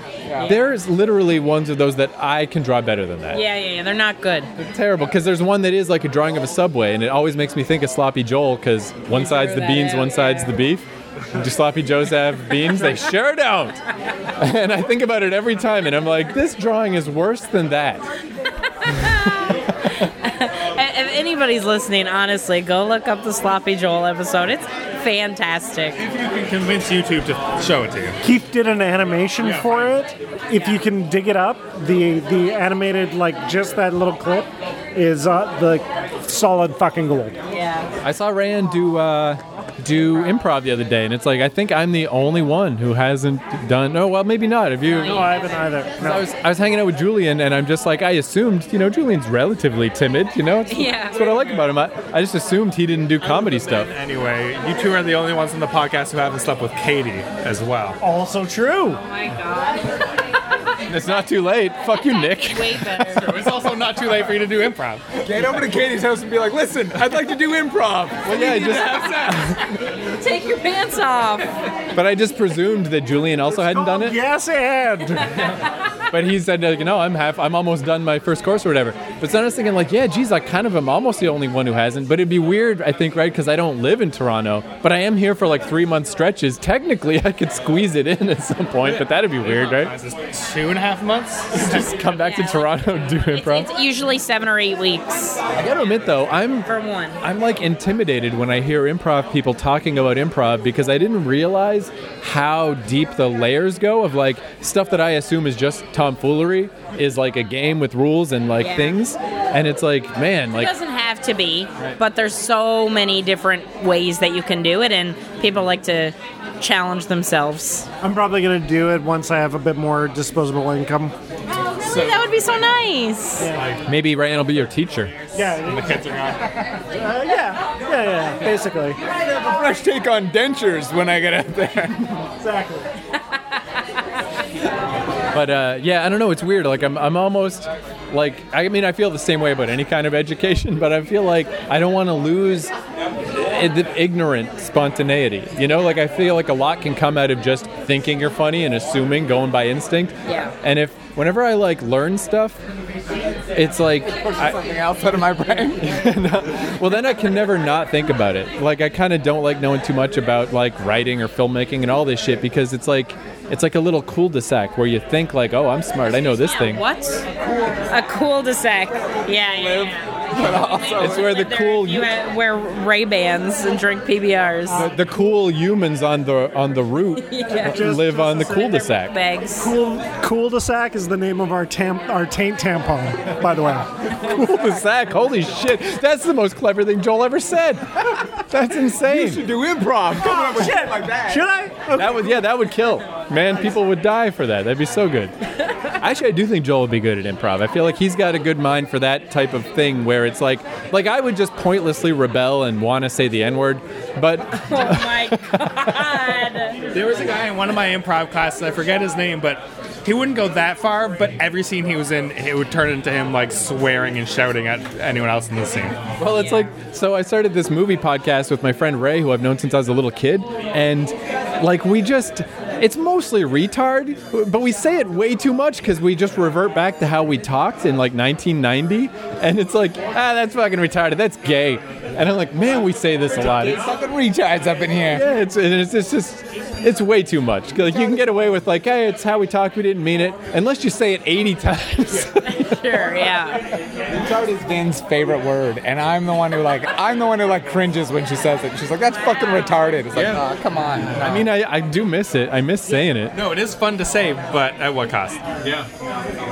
[SPEAKER 1] there's literally ones of those that I can draw better than that.
[SPEAKER 5] Yeah, yeah, yeah. They're not good.
[SPEAKER 1] It's terrible because there's one that is like a drawing of a subway, and it always makes me think of Sloppy Joel because one side's the
[SPEAKER 5] that
[SPEAKER 1] beans,
[SPEAKER 5] out,
[SPEAKER 1] one side's
[SPEAKER 5] yeah.
[SPEAKER 1] the beef. Do Sloppy Joes have beans? They sure don't. And I think about it every time, and I'm like, this drawing is worse than that.
[SPEAKER 5] And if anybody's listening, honestly, go look up the Sloppy Joel episode. It's fantastic.
[SPEAKER 3] Convince YouTube to show it to you.
[SPEAKER 2] Keith did an animation
[SPEAKER 3] Yeah.
[SPEAKER 2] for it. If you can dig it up, the the animated like just that little clip is uh, the solid fucking gold.
[SPEAKER 5] Yeah.
[SPEAKER 1] I saw Rayan do uh, do improv the other day, and it's like I think I'm the only one who hasn't done. Oh well, maybe not. Have you?
[SPEAKER 2] No, I haven't either.
[SPEAKER 1] I
[SPEAKER 2] No.
[SPEAKER 1] was I was hanging out with Julian, and I'm just like I assumed. You know, Julian's relatively timid. You know, it's,
[SPEAKER 5] Yeah.
[SPEAKER 1] that's what I like about him. I, I just assumed he didn't do comedy stuff.
[SPEAKER 3] And anyway, you two are the only ones on the podcast who haven't slept with Katie as well.
[SPEAKER 2] Also true.
[SPEAKER 5] Oh my god.
[SPEAKER 1] It's not too late. Fuck you, Nick.
[SPEAKER 5] Way better.
[SPEAKER 3] It's also not too late for you to do improv.
[SPEAKER 4] Get over to Katie's house and be like, listen, I'd like to do improv.
[SPEAKER 1] Well, yeah, I just,
[SPEAKER 5] Take your pants off.
[SPEAKER 1] but I just presumed that Julian also hadn't done it.
[SPEAKER 2] Yes, and
[SPEAKER 1] But he said, like, no, I'm half, I'm almost done my first course or whatever. But so I was thinking, like, yeah, geez, I kind of am almost the only one who hasn't. But it'd be weird, I think, right? Because I don't live in Toronto, but I am here for like three month stretches. Technically, I could squeeze it in at some point, but that'd be weird, right?
[SPEAKER 3] Is this two and a half months?
[SPEAKER 1] Just come back to Toronto, do improv.
[SPEAKER 5] It's, it's usually seven or eight weeks
[SPEAKER 1] I gotta admit though, I'm
[SPEAKER 5] for one.
[SPEAKER 1] I'm like intimidated when I hear improv people talking about improv because I didn't realize how deep the layers go of like stuff that I assume is just tomfoolery is like a game with rules and like
[SPEAKER 5] Yeah.
[SPEAKER 1] things. And it's like, man,
[SPEAKER 5] It
[SPEAKER 1] like
[SPEAKER 5] doesn't have to be, but there's so many different ways that you can do it, and people like to challenge themselves.
[SPEAKER 2] I'm probably gonna do it once I have a bit more disposable income.
[SPEAKER 5] Oh, really? that would be so nice.
[SPEAKER 1] maybe Ryan will be your teacher.
[SPEAKER 2] Yeah,
[SPEAKER 3] The kids are gone.
[SPEAKER 2] uh, yeah, yeah, yeah. Basically,
[SPEAKER 4] A fresh take on dentures when I get out there.
[SPEAKER 2] exactly.
[SPEAKER 1] But uh, yeah, I don't know. It's weird. Like I'm, I'm almost like I mean I feel the same way about any kind of education, but I feel like I don't want to lose i- the ignorant spontaneity. You know, like I feel like a lot can come out of just thinking you're funny and assuming, going by instinct.
[SPEAKER 5] Yeah.
[SPEAKER 1] And if whenever I like learn stuff, it's like
[SPEAKER 4] I, something else out of my brain.
[SPEAKER 1] well then i can never not think about it like i kind of don't like knowing too much about like writing or filmmaking and all this shit because it's like it's like a little cul-de-sac where you think like oh i'm smart i know this thing
[SPEAKER 5] What? A cul-de-sac. Yeah, yeah. yeah.
[SPEAKER 1] it's where the cool
[SPEAKER 5] You uh, wear Ray Bans and drink PBRs.
[SPEAKER 1] the cool humans on the on the route
[SPEAKER 5] Yeah.
[SPEAKER 2] Just-
[SPEAKER 1] live on the
[SPEAKER 2] just
[SPEAKER 1] cul-de-sac
[SPEAKER 5] Bags.
[SPEAKER 2] Cool, cool de sac is the name of our tam- our taint tampon, by the way.
[SPEAKER 1] cul-de-sac holy shit that's the most clever thing joel ever said that's insane
[SPEAKER 4] Do improv. Come up with Oh, shit like that.
[SPEAKER 2] Should I? Okay.
[SPEAKER 1] that would yeah that would kill man people would die for that that'd be so good actually i do think joel would be good at improv i feel like he's got a good mind for that type of thing where it's like like i would just pointlessly rebel and want to say the n-word but
[SPEAKER 5] Oh my god.
[SPEAKER 3] There was a guy in one of my improv classes, I forget his name, but he wouldn't go that far, but every scene he was in, it would turn into him like swearing and shouting at anyone else in the scene.
[SPEAKER 1] Well, it's like so. I started this movie podcast with my friend Ray, who I've known since I was a little kid, and like we just—it's mostly retard, but we say it way too much because we just revert back to how we talked in like 1990, and it's like, ah, that's fucking retarded. That's gay, and I'm like, man, we say this a lot. It's,
[SPEAKER 4] Fucking retards up in here.
[SPEAKER 1] yeah, it's, and it's it's just it's way too much. Like you can get away with like, hey, it's how we talk. We didn't mean it, unless you say it 80 times.
[SPEAKER 5] Sure, yeah.
[SPEAKER 4] Retard is Vin's favorite word, and I'm the one who like I'm the one who like cringes when she says it. She's like, "That's fucking retarded." It's like, "Aw, come on.
[SPEAKER 1] I mean, I, I do miss it. I miss saying it.
[SPEAKER 3] No, it is fun to say, but at what cost? Yeah.
[SPEAKER 5] I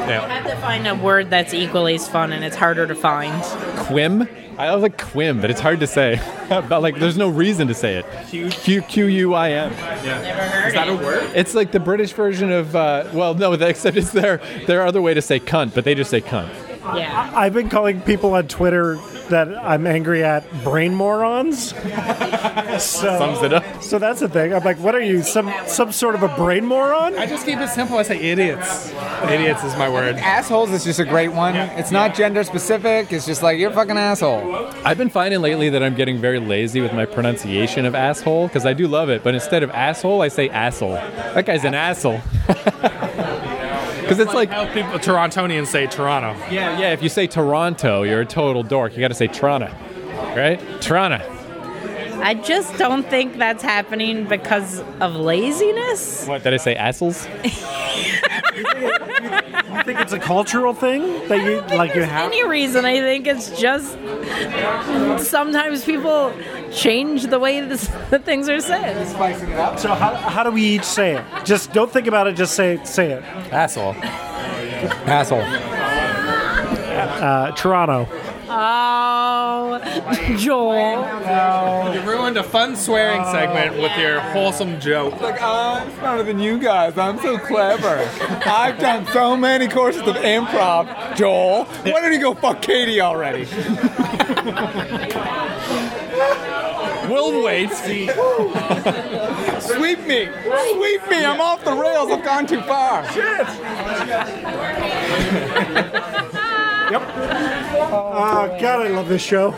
[SPEAKER 3] Yeah.
[SPEAKER 5] have to find a word that's equally as fun and it's harder to find.
[SPEAKER 1] Quim. I was like Quim, but it's hard to say. but like, there's no reason to say it. Q Q U I M.
[SPEAKER 3] Is that a word?
[SPEAKER 1] It's like the British version of uh, well, no, except it's their their other way to say cunt, but they just say cunt.
[SPEAKER 5] Yeah.
[SPEAKER 2] I've been calling people on Twitter that I'm angry at brain morons. So,
[SPEAKER 1] Sums it up.
[SPEAKER 2] so that's the thing. I'm like, what are you, some some sort of a brain moron?
[SPEAKER 3] I just keep it simple. I say idiots. Idiots is my word.
[SPEAKER 4] Assholes is just a great one. It's not gender specific. It's just like you're a fucking asshole.
[SPEAKER 1] I've been finding lately that I'm getting very lazy with my pronunciation of asshole because I do love it, but instead of asshole, I say asshole. That guy's an asshole. Because it's like,
[SPEAKER 3] How people Torontonians say Toronto.
[SPEAKER 1] yeah, yeah. If you say Toronto, you're a total dork. You got to say Toronto, right? Toronto.
[SPEAKER 5] I just don't think that's happening because of laziness.
[SPEAKER 1] What did I say? Assholes.
[SPEAKER 2] I think it's a cultural thing that you like you have.
[SPEAKER 5] Any reason, I think it's just sometimes people change the way this, the things are said.
[SPEAKER 4] Spicing it up.
[SPEAKER 2] So how, how do we each say it? Just don't think about it. Just say it. Say it.
[SPEAKER 4] Asshole. Asshole.
[SPEAKER 2] Uh, Toronto.
[SPEAKER 5] Oh, Joel.
[SPEAKER 3] You ruined a fun swearing segment with your wholesome joke.
[SPEAKER 4] Like I'm smarter than you guys. I'm so clever. I've done so many courses of improv. Joel, why don't you go fuck Katie already?
[SPEAKER 1] We'll
[SPEAKER 3] Oh,
[SPEAKER 1] wait.
[SPEAKER 4] Sweep me, sweep me. I'm off the rails. I've gone too far.
[SPEAKER 2] Oh God, I love this show.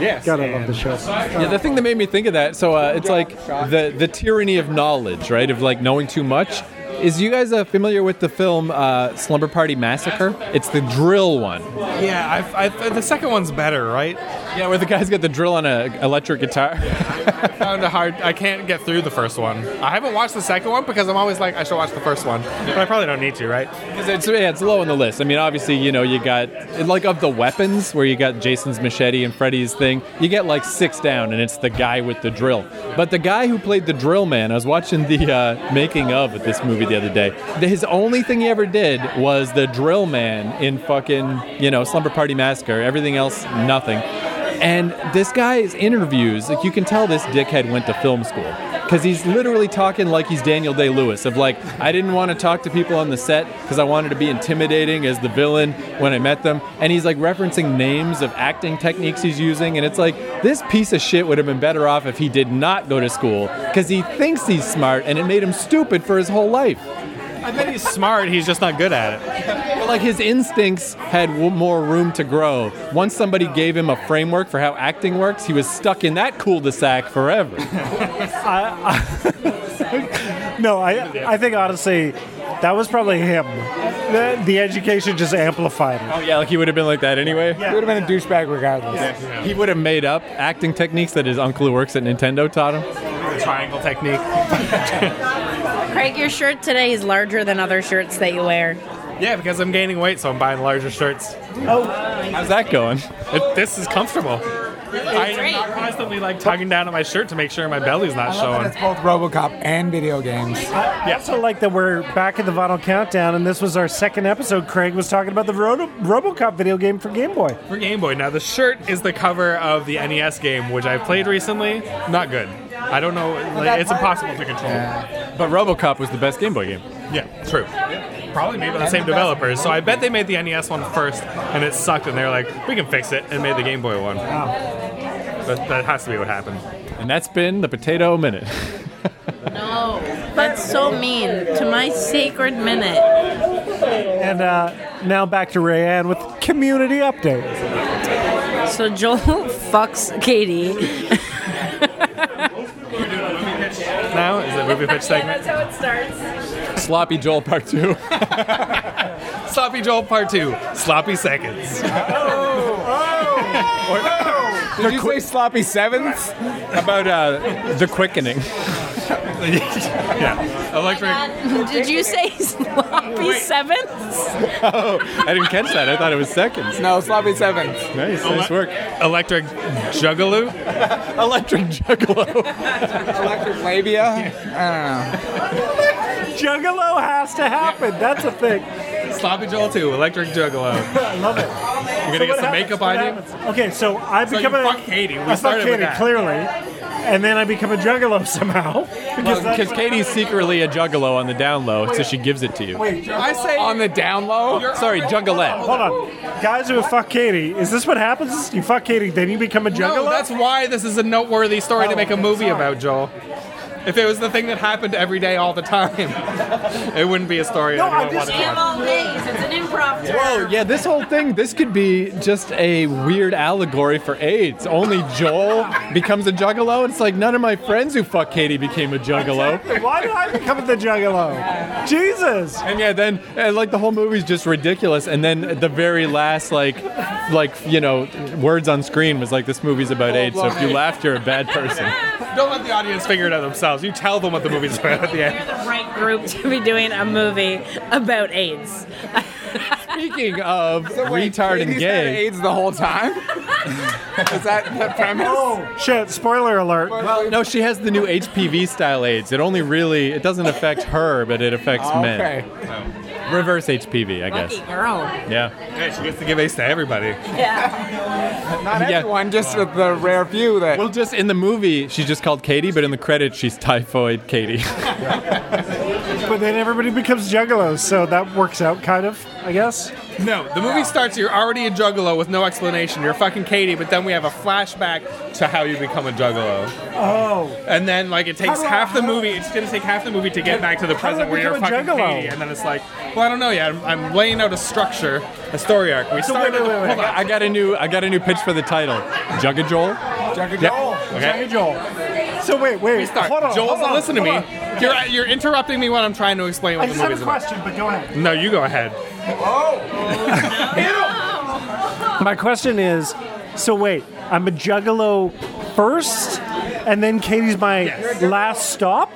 [SPEAKER 4] Yes.
[SPEAKER 2] God, I love this show.
[SPEAKER 1] Yeah, the thing that made me think of that. So uh, it's like the the tyranny of knowledge, right? Of like knowing too much. Is you guys uh, familiar with the film uh, Slumber Party Massacre? It's the drill one.
[SPEAKER 3] Yeah, I, I, the second one's better, right?
[SPEAKER 1] Yeah, where the guy's got the drill on a electric guitar.
[SPEAKER 3] found a hard. I can't get through the first one. I haven't watched the second one because I'm always like, I should watch the first one, but I probably don't need to, right?
[SPEAKER 1] 'Cause it's, yeah, it's low on the list. I mean, obviously, you know, you got like of the weapons where you got Jason's machete and Freddy's thing. You get like six down, and it's the guy with the drill. But the guy who played the drill man, I was watching the uh, making of of this movie the other day. The- His only thing he ever did was the drill man in fucking you know Slumber Party Massacre. Everything else, nothing. And this guy's interviews, like you can tell this dickhead went to film school. Because he's literally talking like he's Daniel Day Lewis, of like, I didn't want to talk to people on the set because I wanted to be intimidating as the villain when I met them. And he's like referencing names of acting techniques he's using. And it's like, this piece of shit would have been better off if he did not go to school because he thinks he's smart and it made him stupid for his whole life.
[SPEAKER 3] I bet he's smart. He's just not good at it.
[SPEAKER 1] But like his instincts had w- more room to grow. Once somebody gave him a framework for how acting works, he was stuck in that cul-de-sac forever.
[SPEAKER 2] No, I I think honestly, That was probably him. The, the education just amplified it.
[SPEAKER 1] Oh yeah, like he would have been like that anyway.
[SPEAKER 4] He would have been a douchebag regardless.
[SPEAKER 1] He would have made up acting techniques that his uncle who works at Nintendo taught him.
[SPEAKER 3] The triangle technique.
[SPEAKER 5] Craig, your shirt today is larger than other shirts that you wear.
[SPEAKER 3] Yeah, because I'm gaining weight, so I'm buying larger shirts.
[SPEAKER 1] How's that going?
[SPEAKER 3] It, this is comfortable. I am not constantly like tugging down at my shirt to make sure my belly's not
[SPEAKER 4] And
[SPEAKER 3] showing.
[SPEAKER 4] it's both RoboCop and video games.
[SPEAKER 2] I also like that we're back at the final countdown, and this was our second episode. Craig was talking about the Roto- RoboCop video game for Game Boy.
[SPEAKER 3] For Game Boy, now the shirt is the cover of the NES game, which I played recently. Not good. I don't know. Like, it's impossible to control.
[SPEAKER 1] But RoboCop was the best Game Boy game.
[SPEAKER 3] Yeah, true. Probably made by the same developers. So I bet they made the NES one first, and it sucked, and they're like, "We can fix it," and made the Game Boy one. But that has to be what happened.
[SPEAKER 1] And that's been the Potato Minute.
[SPEAKER 5] No, that's so mean to my sacred minute.
[SPEAKER 2] And uh, now back to Rayanne with community update.
[SPEAKER 5] So Joel fucks Katie.
[SPEAKER 3] Now is the movie pitch segment.
[SPEAKER 5] how it starts.
[SPEAKER 1] Sloppy Joel Part Two.
[SPEAKER 3] Sloppy Joel Part Two. Sloppy seconds.
[SPEAKER 4] Did you say sloppy sevens?
[SPEAKER 1] About uh, the quickening.
[SPEAKER 3] yeah. Electric.
[SPEAKER 5] Did you say sloppy seven?
[SPEAKER 1] I didn't catch that. I thought it was seconds.
[SPEAKER 4] No, sloppy sevens.
[SPEAKER 1] Nice, nice work.
[SPEAKER 3] Electric Juggaloo.
[SPEAKER 1] Electric Juggalo.
[SPEAKER 4] Electric labia. I don't know.
[SPEAKER 2] Juggalo has to happen. That's a thing.
[SPEAKER 3] Sloppy Joel 2, Electric Juggalo.
[SPEAKER 2] I love it.
[SPEAKER 3] You're gonna get some makeup on you.
[SPEAKER 2] Okay, so I
[SPEAKER 3] So you
[SPEAKER 2] become a
[SPEAKER 3] fuck Katie. We
[SPEAKER 2] I fuck
[SPEAKER 3] started
[SPEAKER 2] Katie
[SPEAKER 3] with that.
[SPEAKER 2] clearly, and then I become a Juggalo somehow. Because that's
[SPEAKER 1] Because
[SPEAKER 2] what-
[SPEAKER 1] Katie's secretly a Juggalo on the down low, so she gives it to you.
[SPEAKER 2] Wait,
[SPEAKER 4] I say on the down low.
[SPEAKER 1] Sorry, Juggalette.
[SPEAKER 2] hold on. Guys who fuck Katie, is this what happens? You fuck Katie, then you become a Juggalo.
[SPEAKER 3] No, that's why this is a noteworthy story to
[SPEAKER 2] Oh,
[SPEAKER 3] make a movie
[SPEAKER 2] sorry.
[SPEAKER 3] about, Joel. If it was the thing that happened every day, all the time, it wouldn't be a story.
[SPEAKER 2] No,
[SPEAKER 3] anyone
[SPEAKER 2] I'm just-
[SPEAKER 3] wanted to watch.
[SPEAKER 5] Damn all days. It's an improv
[SPEAKER 1] Whoa, Oh, yeah, this whole thing, this could be just a weird allegory for AIDS. Only Joel becomes a juggalo. It's like none of my friends who fuck Katie became a juggalo.
[SPEAKER 2] Why did I become the Juggalo? Jesus.
[SPEAKER 1] And yeah, then and like the whole movie's just ridiculous. And then at the very last, like, like you know, words on screen was like, "This movie's
[SPEAKER 4] Oh,
[SPEAKER 1] about AIDS." So if you laughed, you're a bad person.
[SPEAKER 3] Don't let the audience figure it out themselves. You tell them what the movie's about at the
[SPEAKER 5] You're
[SPEAKER 3] end.
[SPEAKER 5] the right group to be doing a movie about AIDS.
[SPEAKER 1] Speaking of
[SPEAKER 4] Wait,
[SPEAKER 1] retard and
[SPEAKER 4] Katie's had
[SPEAKER 1] gay,
[SPEAKER 4] AIDS the whole time. Is that the premise?
[SPEAKER 2] Oh. Shit, spoiler alert.
[SPEAKER 1] well, no, she has the new HPV style AIDS. It only really it doesn't affect her, but it affects
[SPEAKER 3] Oh,
[SPEAKER 4] Okay.
[SPEAKER 1] men. Reverse HPV, I guess.
[SPEAKER 5] Lucky girl.
[SPEAKER 1] Yeah.
[SPEAKER 3] Yeah, she gets to give ace to everybody.
[SPEAKER 5] Yeah.
[SPEAKER 4] Not
[SPEAKER 1] Yeah.
[SPEAKER 4] everyone, just with the rare few that.
[SPEAKER 1] Well, just in the movie, she's just called Katie, but in the credits, she's Typhoid Katie.
[SPEAKER 2] But then everybody becomes Juggalos, so that works out, kind of, I guess.
[SPEAKER 3] No, the movie starts. You're already a juggalo with no explanation. You're fucking Katie, but then we have a flashback to how you become a juggalo,
[SPEAKER 2] Oh.
[SPEAKER 3] and then like it takes
[SPEAKER 2] How do I-
[SPEAKER 3] half the
[SPEAKER 2] how do-
[SPEAKER 3] movie. It's gonna take half the movie to get back to the
[SPEAKER 2] how do I
[SPEAKER 3] present where you're
[SPEAKER 2] become a
[SPEAKER 3] fucking
[SPEAKER 2] juggalo?
[SPEAKER 3] Katie, and then it's like, well, I don't know yet. I'm, I'm laying out a structure, a story arc. We
[SPEAKER 2] So wait,
[SPEAKER 3] started.
[SPEAKER 2] wait, wait,
[SPEAKER 3] hold
[SPEAKER 2] wait.
[SPEAKER 3] on.
[SPEAKER 1] I got a new, I got a new pitch for the title, Jugga Joel.
[SPEAKER 4] Jugga
[SPEAKER 1] Yeah.
[SPEAKER 4] Joel.
[SPEAKER 3] Oh, Okay.
[SPEAKER 2] So wait, wait.
[SPEAKER 3] Start.
[SPEAKER 2] Hold on.
[SPEAKER 3] Joel's
[SPEAKER 2] hold on,
[SPEAKER 3] not listening to
[SPEAKER 2] hold
[SPEAKER 3] me.
[SPEAKER 2] on.
[SPEAKER 3] You're, you're interrupting me when I'm trying to explain
[SPEAKER 2] I
[SPEAKER 3] what
[SPEAKER 2] just
[SPEAKER 3] the
[SPEAKER 2] have
[SPEAKER 3] movie's
[SPEAKER 2] a
[SPEAKER 3] about.
[SPEAKER 2] question, but go ahead.
[SPEAKER 3] No, you go ahead.
[SPEAKER 2] My question is so wait, I'm a Juggalo first, and then Katie's my last stop?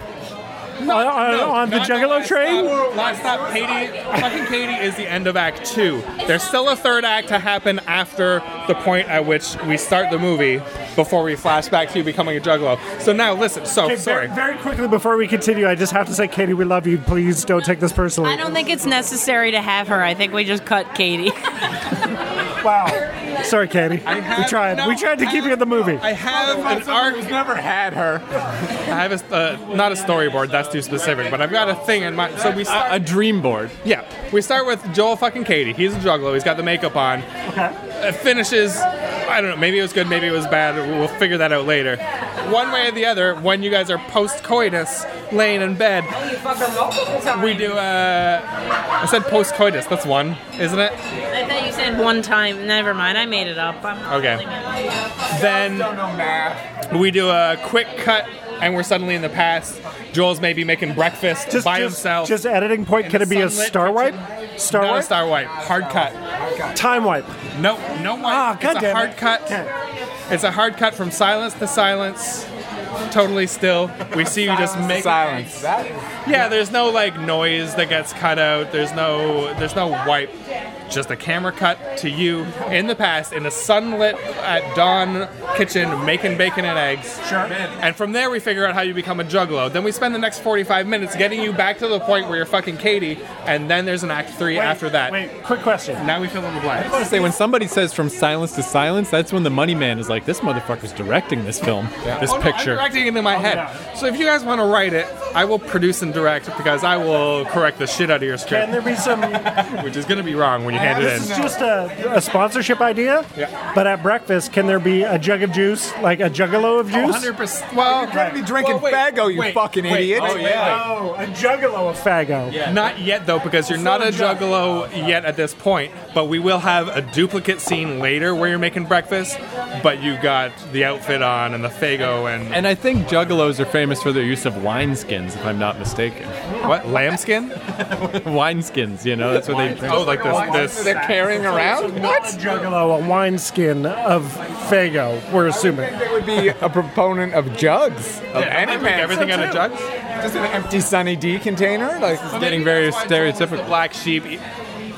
[SPEAKER 2] on, on- Uh, on the
[SPEAKER 3] not
[SPEAKER 2] Juggalo
[SPEAKER 3] last
[SPEAKER 2] train?
[SPEAKER 3] stop. Last stop, Katie. Fucking Katie is the end of Act Two. There's still a third act to happen after the point at which we start the movie, before we flash back to you becoming a juggalo. So now listen. So
[SPEAKER 2] Okay,
[SPEAKER 3] sorry.
[SPEAKER 2] very, very quickly before we continue, I just have to say, Katie, we love you. Please don't take this personally.
[SPEAKER 5] I don't think it's necessary to have her. I think we just cut Katie.
[SPEAKER 2] Wow. Sorry, Katie.
[SPEAKER 3] I have-
[SPEAKER 2] we tried.
[SPEAKER 3] no,
[SPEAKER 2] we tried to
[SPEAKER 3] I
[SPEAKER 2] keep you in the movie.
[SPEAKER 3] I have an arc. Who's never had her. I have a uh, not a storyboard. That's too specific. But I've got a thing in mind. So we start.
[SPEAKER 1] A dream board.
[SPEAKER 3] Yeah, we start with Joel fucking Katie. He's a juggler. He's got the makeup on. Okay. It finishes. I don't know. Maybe it was good. Maybe it was bad. We'll figure that out later. One way or the other, when you guys are post coitus, laying in bed,
[SPEAKER 2] Oh,
[SPEAKER 3] we do a. I said post coitus. That's one, isn't it?
[SPEAKER 5] I thought you said one time. Never mind. I made it up. I'm not
[SPEAKER 3] Okay.
[SPEAKER 5] really mad.
[SPEAKER 3] Then we do a quick cut and we're suddenly in the past. Joel's maybe making breakfast
[SPEAKER 2] Just,
[SPEAKER 3] by
[SPEAKER 2] just,
[SPEAKER 3] himself.
[SPEAKER 2] just editing point.
[SPEAKER 3] in
[SPEAKER 2] Can
[SPEAKER 3] a
[SPEAKER 2] it be a
[SPEAKER 3] sunlit
[SPEAKER 2] star wipe?
[SPEAKER 3] kitchen.
[SPEAKER 2] Star
[SPEAKER 3] Not
[SPEAKER 2] wipe.
[SPEAKER 3] a star wipe. Hard cut.
[SPEAKER 2] Time wipe.
[SPEAKER 3] No, no wipe.
[SPEAKER 2] Ah,
[SPEAKER 3] it's
[SPEAKER 2] goddamn
[SPEAKER 3] a hard
[SPEAKER 2] it.
[SPEAKER 3] cut.
[SPEAKER 2] Okay.
[SPEAKER 3] It's a hard cut from silence to silence. Totally still. We see you just make
[SPEAKER 4] silence. That is
[SPEAKER 3] Yeah, there's no like noise that gets cut out. There's no there's no wipe. Just a camera cut to you in the past in a sunlit at dawn kitchen making bacon and eggs. Sure. And from there we figure out how you become a juggalo. Then we spend the next 45 minutes getting you back to the point where you're fucking Katie, and then there's an act three after that.
[SPEAKER 2] Wait, quick question.
[SPEAKER 3] Now we fill in the blanks.
[SPEAKER 1] I say when somebody says from silence to silence, that's when the money man is like, this motherfucker's directing this film, this
[SPEAKER 3] Oh, no,
[SPEAKER 1] picture.
[SPEAKER 3] I'm directing it in my head.
[SPEAKER 2] yeah.
[SPEAKER 3] So if you guys want to write it, I will produce and direct because I will correct the shit out of your
[SPEAKER 2] Can
[SPEAKER 3] script,
[SPEAKER 2] there be some?
[SPEAKER 3] which is going to be wrong when you hand it
[SPEAKER 4] have
[SPEAKER 2] It's
[SPEAKER 3] in.
[SPEAKER 4] this-
[SPEAKER 2] just a, a sponsorship idea.
[SPEAKER 3] Yeah.
[SPEAKER 2] But at breakfast, can there be a jug of juice, like a juggalo of juice?
[SPEAKER 3] 100%. Well,
[SPEAKER 4] You're be drinking
[SPEAKER 3] wait,
[SPEAKER 4] Faggo, you
[SPEAKER 3] wait,
[SPEAKER 4] fucking
[SPEAKER 3] wait,
[SPEAKER 4] idiot.
[SPEAKER 3] oh, yeah.
[SPEAKER 2] Oh, a juggalo of fago.
[SPEAKER 3] Not yet though, because you're not a juggalo yet at this point. But we will have a duplicate scene later where you're making breakfast, but you got the outfit on and the fago and,
[SPEAKER 1] And I think juggalos are famous for their use of wineskins, if I'm not mistaken.
[SPEAKER 3] what lambskin?
[SPEAKER 1] wineskins, you know, that's what they drink.
[SPEAKER 3] Oh, like this this
[SPEAKER 4] They're carrying around?
[SPEAKER 2] Not a juggalo, a wineskin of fago. We're assuming.
[SPEAKER 4] They would be a proponent of jugs. Of any man.
[SPEAKER 3] everything out of jugs.
[SPEAKER 4] Just an empty Sunny D container? Like,
[SPEAKER 1] Getting very
[SPEAKER 3] The
[SPEAKER 1] stereotypical.
[SPEAKER 3] black sheep, e-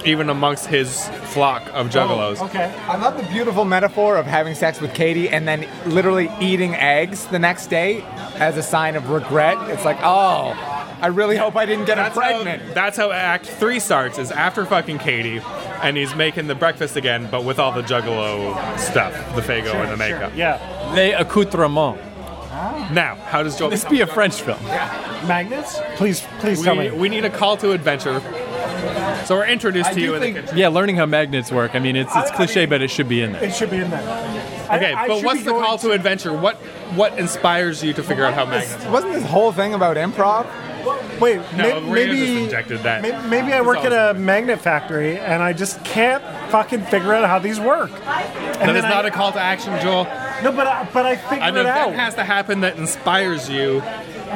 [SPEAKER 3] even amongst his flock of juggalos.
[SPEAKER 2] Oh, Okay.
[SPEAKER 4] I love the beautiful metaphor of having sex with Katie and then literally eating eggs the next day as a sign of regret. It's like, oh, I really hope I didn't get her
[SPEAKER 3] That's how,
[SPEAKER 4] pregnant.
[SPEAKER 3] that's how Act Three starts. Is after fucking Katie, and he's making the breakfast again, but with all the juggalo stuff, the fago and the makeup.
[SPEAKER 2] Yeah.
[SPEAKER 1] Les accoutrements.
[SPEAKER 3] Now, how does Joel?
[SPEAKER 1] This be a French film.
[SPEAKER 2] Magnets? Please, please tell
[SPEAKER 3] We,
[SPEAKER 2] me.
[SPEAKER 3] we need a call to adventure. So we're introduced
[SPEAKER 1] I
[SPEAKER 3] to
[SPEAKER 1] do
[SPEAKER 3] you in the
[SPEAKER 1] think-
[SPEAKER 3] kitchen.
[SPEAKER 1] yeah, learning how magnets work. I mean, it's it's
[SPEAKER 2] I- I
[SPEAKER 1] cliche,
[SPEAKER 2] mean-
[SPEAKER 1] but it should be in there.
[SPEAKER 2] It should be in there. I-
[SPEAKER 3] Okay,
[SPEAKER 2] I
[SPEAKER 3] but
[SPEAKER 2] should
[SPEAKER 3] what's
[SPEAKER 2] be
[SPEAKER 3] the
[SPEAKER 2] going
[SPEAKER 3] call to adventure? What what inspires you to figure out how magnets?
[SPEAKER 4] Wasn't this whole thing about improv?
[SPEAKER 2] Wait,
[SPEAKER 3] No,
[SPEAKER 2] may-
[SPEAKER 3] Maria
[SPEAKER 2] maybe
[SPEAKER 3] just injected that.
[SPEAKER 2] may- Maybe I work
[SPEAKER 3] all
[SPEAKER 2] at a magnet factory and I just can't fucking figure out how these work. And
[SPEAKER 3] That is
[SPEAKER 2] then
[SPEAKER 3] not
[SPEAKER 2] I-
[SPEAKER 3] a call to action, Joel.
[SPEAKER 2] No, but I, but I figured
[SPEAKER 3] An
[SPEAKER 2] it
[SPEAKER 3] event
[SPEAKER 2] out.
[SPEAKER 3] has to happen that inspires you.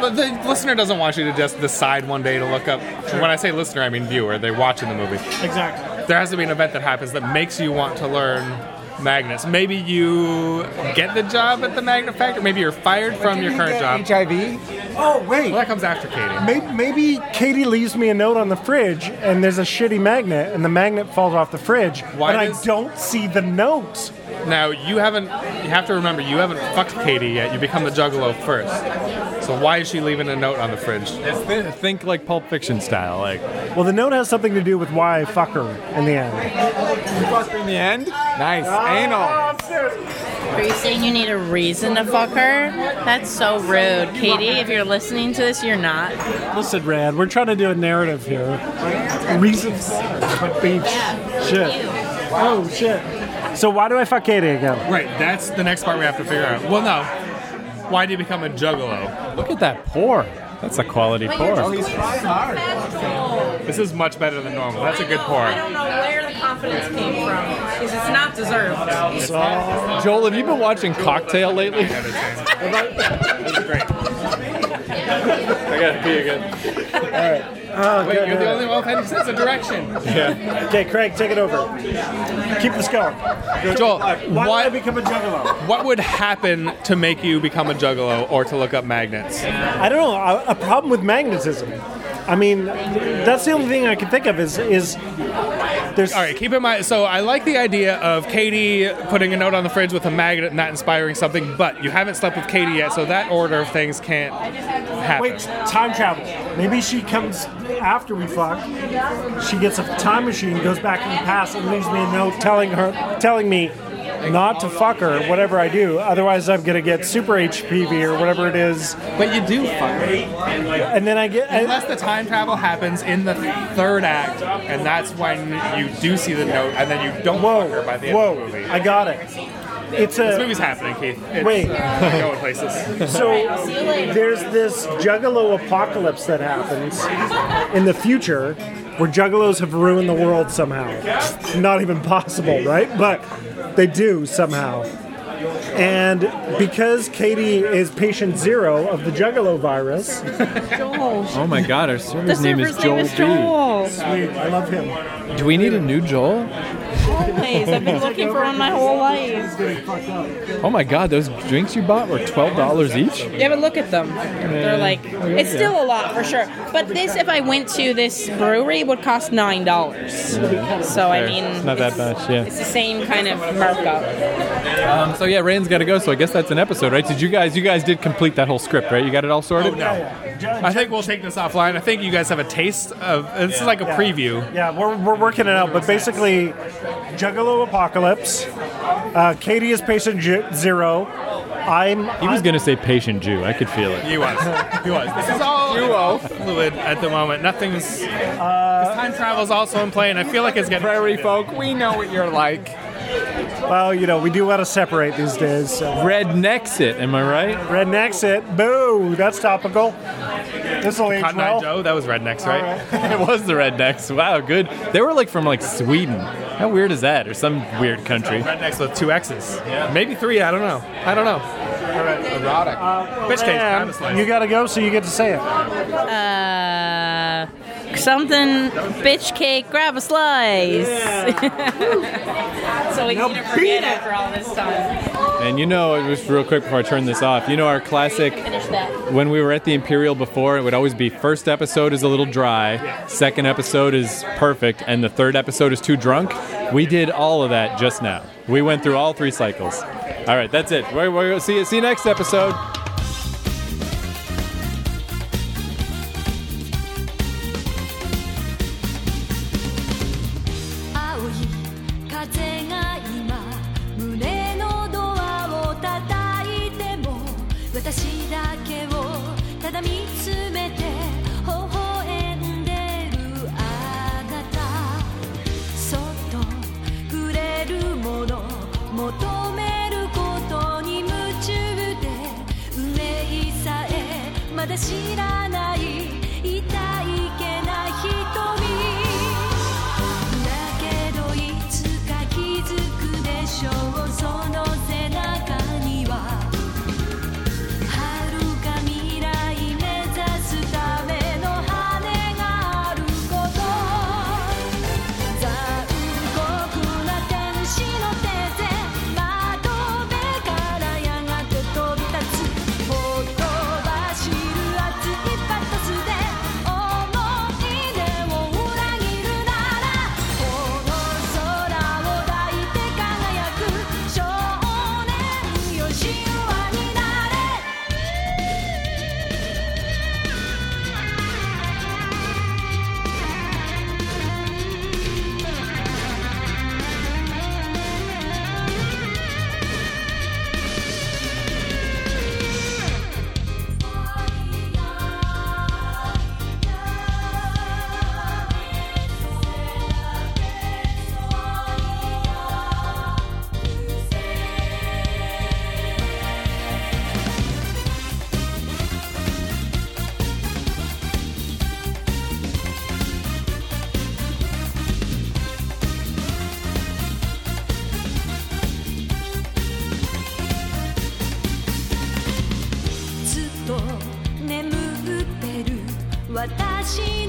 [SPEAKER 3] But the listener doesn't want you to just decide one day to look up. When I say listener, I mean viewer. They're watching the movie.
[SPEAKER 2] exactly.
[SPEAKER 3] There has to be an event that happens that makes you want to learn magnets. Maybe you get the job at the magnet factory. Maybe you're fired from your
[SPEAKER 4] Didn't
[SPEAKER 3] current
[SPEAKER 4] you
[SPEAKER 3] job.
[SPEAKER 4] get HIV?
[SPEAKER 2] Oh wait.
[SPEAKER 3] Well, that comes after Katie.
[SPEAKER 2] May- Maybe Katie leaves me a note on the fridge, and there's a shitty magnet, and the magnet falls off the fridge,
[SPEAKER 3] Why
[SPEAKER 2] and
[SPEAKER 3] does-
[SPEAKER 2] I don't see the note.
[SPEAKER 3] Now you haven't. You have to remember you haven't fucked Katie yet. You become the Juggalo first. So why is she leaving a note on the fridge?
[SPEAKER 1] Think, think like Pulp Fiction style. Like
[SPEAKER 2] Well, the note has something to do with why I fuck her in the end.
[SPEAKER 4] In the end? Nice.
[SPEAKER 3] Ah.
[SPEAKER 4] Anal.
[SPEAKER 5] Are you saying you need a reason to fuck her? That's so rude. Katie, if you're listening to this, you're not.
[SPEAKER 2] Listen, Rad, we're trying to do a narrative here. Reasons for beef. Shit. Oh shit. So why do I fuck Katie again?
[SPEAKER 3] Right. That's the next part we have to figure out. Well, no. Why do you become a Juggalo?
[SPEAKER 1] look at that pour. That's a quality pour.
[SPEAKER 4] Oh, He's trying hard.
[SPEAKER 3] This is much better than normal. That's a good
[SPEAKER 5] I
[SPEAKER 3] pour.
[SPEAKER 5] don't know where the confidence came from because it's not deserved.
[SPEAKER 1] Joel, have you been watching Cocktail lately? I gotta pee again.
[SPEAKER 3] Wait, you're the only one who sense of direction.
[SPEAKER 2] Okay, Craig, take it over. Keep this going.
[SPEAKER 3] Joel,
[SPEAKER 2] Why
[SPEAKER 3] what
[SPEAKER 2] did I become a juggalo?
[SPEAKER 3] what would happen to make you become a Juggalo or to look up magnets?
[SPEAKER 2] I don't know. A, a problem with magnetism. I mean, that's the only thing I can think of is is there's
[SPEAKER 3] All right, keep in mind. So I like the idea of Katie putting a note on the fridge with a magnet, and that inspiring something. But you haven't slept with Katie yet, so that order of things can't happen.
[SPEAKER 2] Wait, time travel. Maybe she comes after we fuck. She gets a time machine, goes back in the past, and leaves me a note telling her, telling me not to fuck her, whatever I do. Otherwise, I'm gonna get super HPV or whatever it is.
[SPEAKER 3] But you do fuck her.
[SPEAKER 2] And then I get. I,
[SPEAKER 3] Unless the time travel happens in the third act, and that's when you do see the note, and then you don't
[SPEAKER 2] whoa,
[SPEAKER 3] fuck her by the end
[SPEAKER 2] whoa!
[SPEAKER 3] of the movie.
[SPEAKER 2] I got it. It's
[SPEAKER 3] this
[SPEAKER 2] a
[SPEAKER 3] movie's happening, Keith. It's,
[SPEAKER 2] Wait.
[SPEAKER 3] uh, going places.
[SPEAKER 2] so there's this juggalo apocalypse that happens in the future where juggalos have ruined the world somehow. Not even possible, right? But they do somehow. And because Katie is patient zero of the Juggalo virus,
[SPEAKER 5] Joel.
[SPEAKER 1] Oh my God, our
[SPEAKER 5] The
[SPEAKER 1] server's name is
[SPEAKER 5] server's name
[SPEAKER 1] Joel.
[SPEAKER 5] is Joel.
[SPEAKER 2] sweet, I love him.
[SPEAKER 1] B. Do we need a new Joel?
[SPEAKER 5] Always. I've been looking for one my whole life.
[SPEAKER 1] Oh my God, those drinks you bought were twelve dollars each.
[SPEAKER 5] Yeah, but look at them. They're like it's still a lot for sure. But this, if I went to this brewery, would cost nine dollars. So I
[SPEAKER 1] Fair.
[SPEAKER 5] mean,
[SPEAKER 1] It's not that
[SPEAKER 5] it's-
[SPEAKER 1] much, yeah.
[SPEAKER 5] It's the same kind of markup.
[SPEAKER 1] Um, so yeah, Rain's got to go. So I guess that's an episode, right? Did you guys? You guys did complete that whole script, right? You got it all sorted.
[SPEAKER 3] I think we'll take this offline. I think you guys have a taste of this is like a preview.
[SPEAKER 2] Yeah, we're, we're working it out, but basically, Juggalo Apocalypse. Uh, Katie is patient ju- zero. I'm.
[SPEAKER 1] He was gonna say patient Jew. I could feel it.
[SPEAKER 3] He was. He was. This is all fluid at the moment. Nothing's. this time travel's also in play, and I feel like it's getting
[SPEAKER 4] Prairie folk, we know what you're like.
[SPEAKER 2] Well, you know, we do want to separate these days. So.
[SPEAKER 1] Rednecks it. Am I right?
[SPEAKER 2] Rednecks it. Boo! That's topical. This will age
[SPEAKER 3] Cotton Eye
[SPEAKER 2] well.
[SPEAKER 3] Joe. That was rednecks, right?
[SPEAKER 1] it was the rednecks. Wow, good. They were like from like Sweden. How weird is that? Or some weird country.
[SPEAKER 3] Rednecks with two X's. Maybe three. I don't know. I don't know.
[SPEAKER 4] Erotic.
[SPEAKER 3] Bitch taste.
[SPEAKER 2] And
[SPEAKER 3] kinda slice.
[SPEAKER 2] you gotta go, so you get to say it.
[SPEAKER 5] Uh, something, bitch cake, grab a slice. so we can't forget after all this time.
[SPEAKER 1] And you know, just real quick before I turn this off, you know our classic.
[SPEAKER 5] Finish that.
[SPEAKER 1] When we were at the Imperial before, it would always be first episode is a little dry, second episode is perfect, and the third episode is too drunk. We did all of that just now. We went through all three cycles. All right, that's it. We're, we're, see you. See you next episode.
[SPEAKER 6] 「青い風が今」「胸のドアを叩いても」「私だけをただ見つめて」「微笑んでるあなた」「そっと触れるもの」「求めることに夢中で」「運命さえまだ知らない」「いたいけない瞳」「だけどいつか気づくでしょう」「その背中には」「遥か未来目指すための羽があること」「残酷な天使の手で窓辺からやがて飛び立つ」「ほとばしる熱いパトスで思い出を裏切るなら」「この空を抱いて輝く少年よ神話になれ」ずっと眠ってる私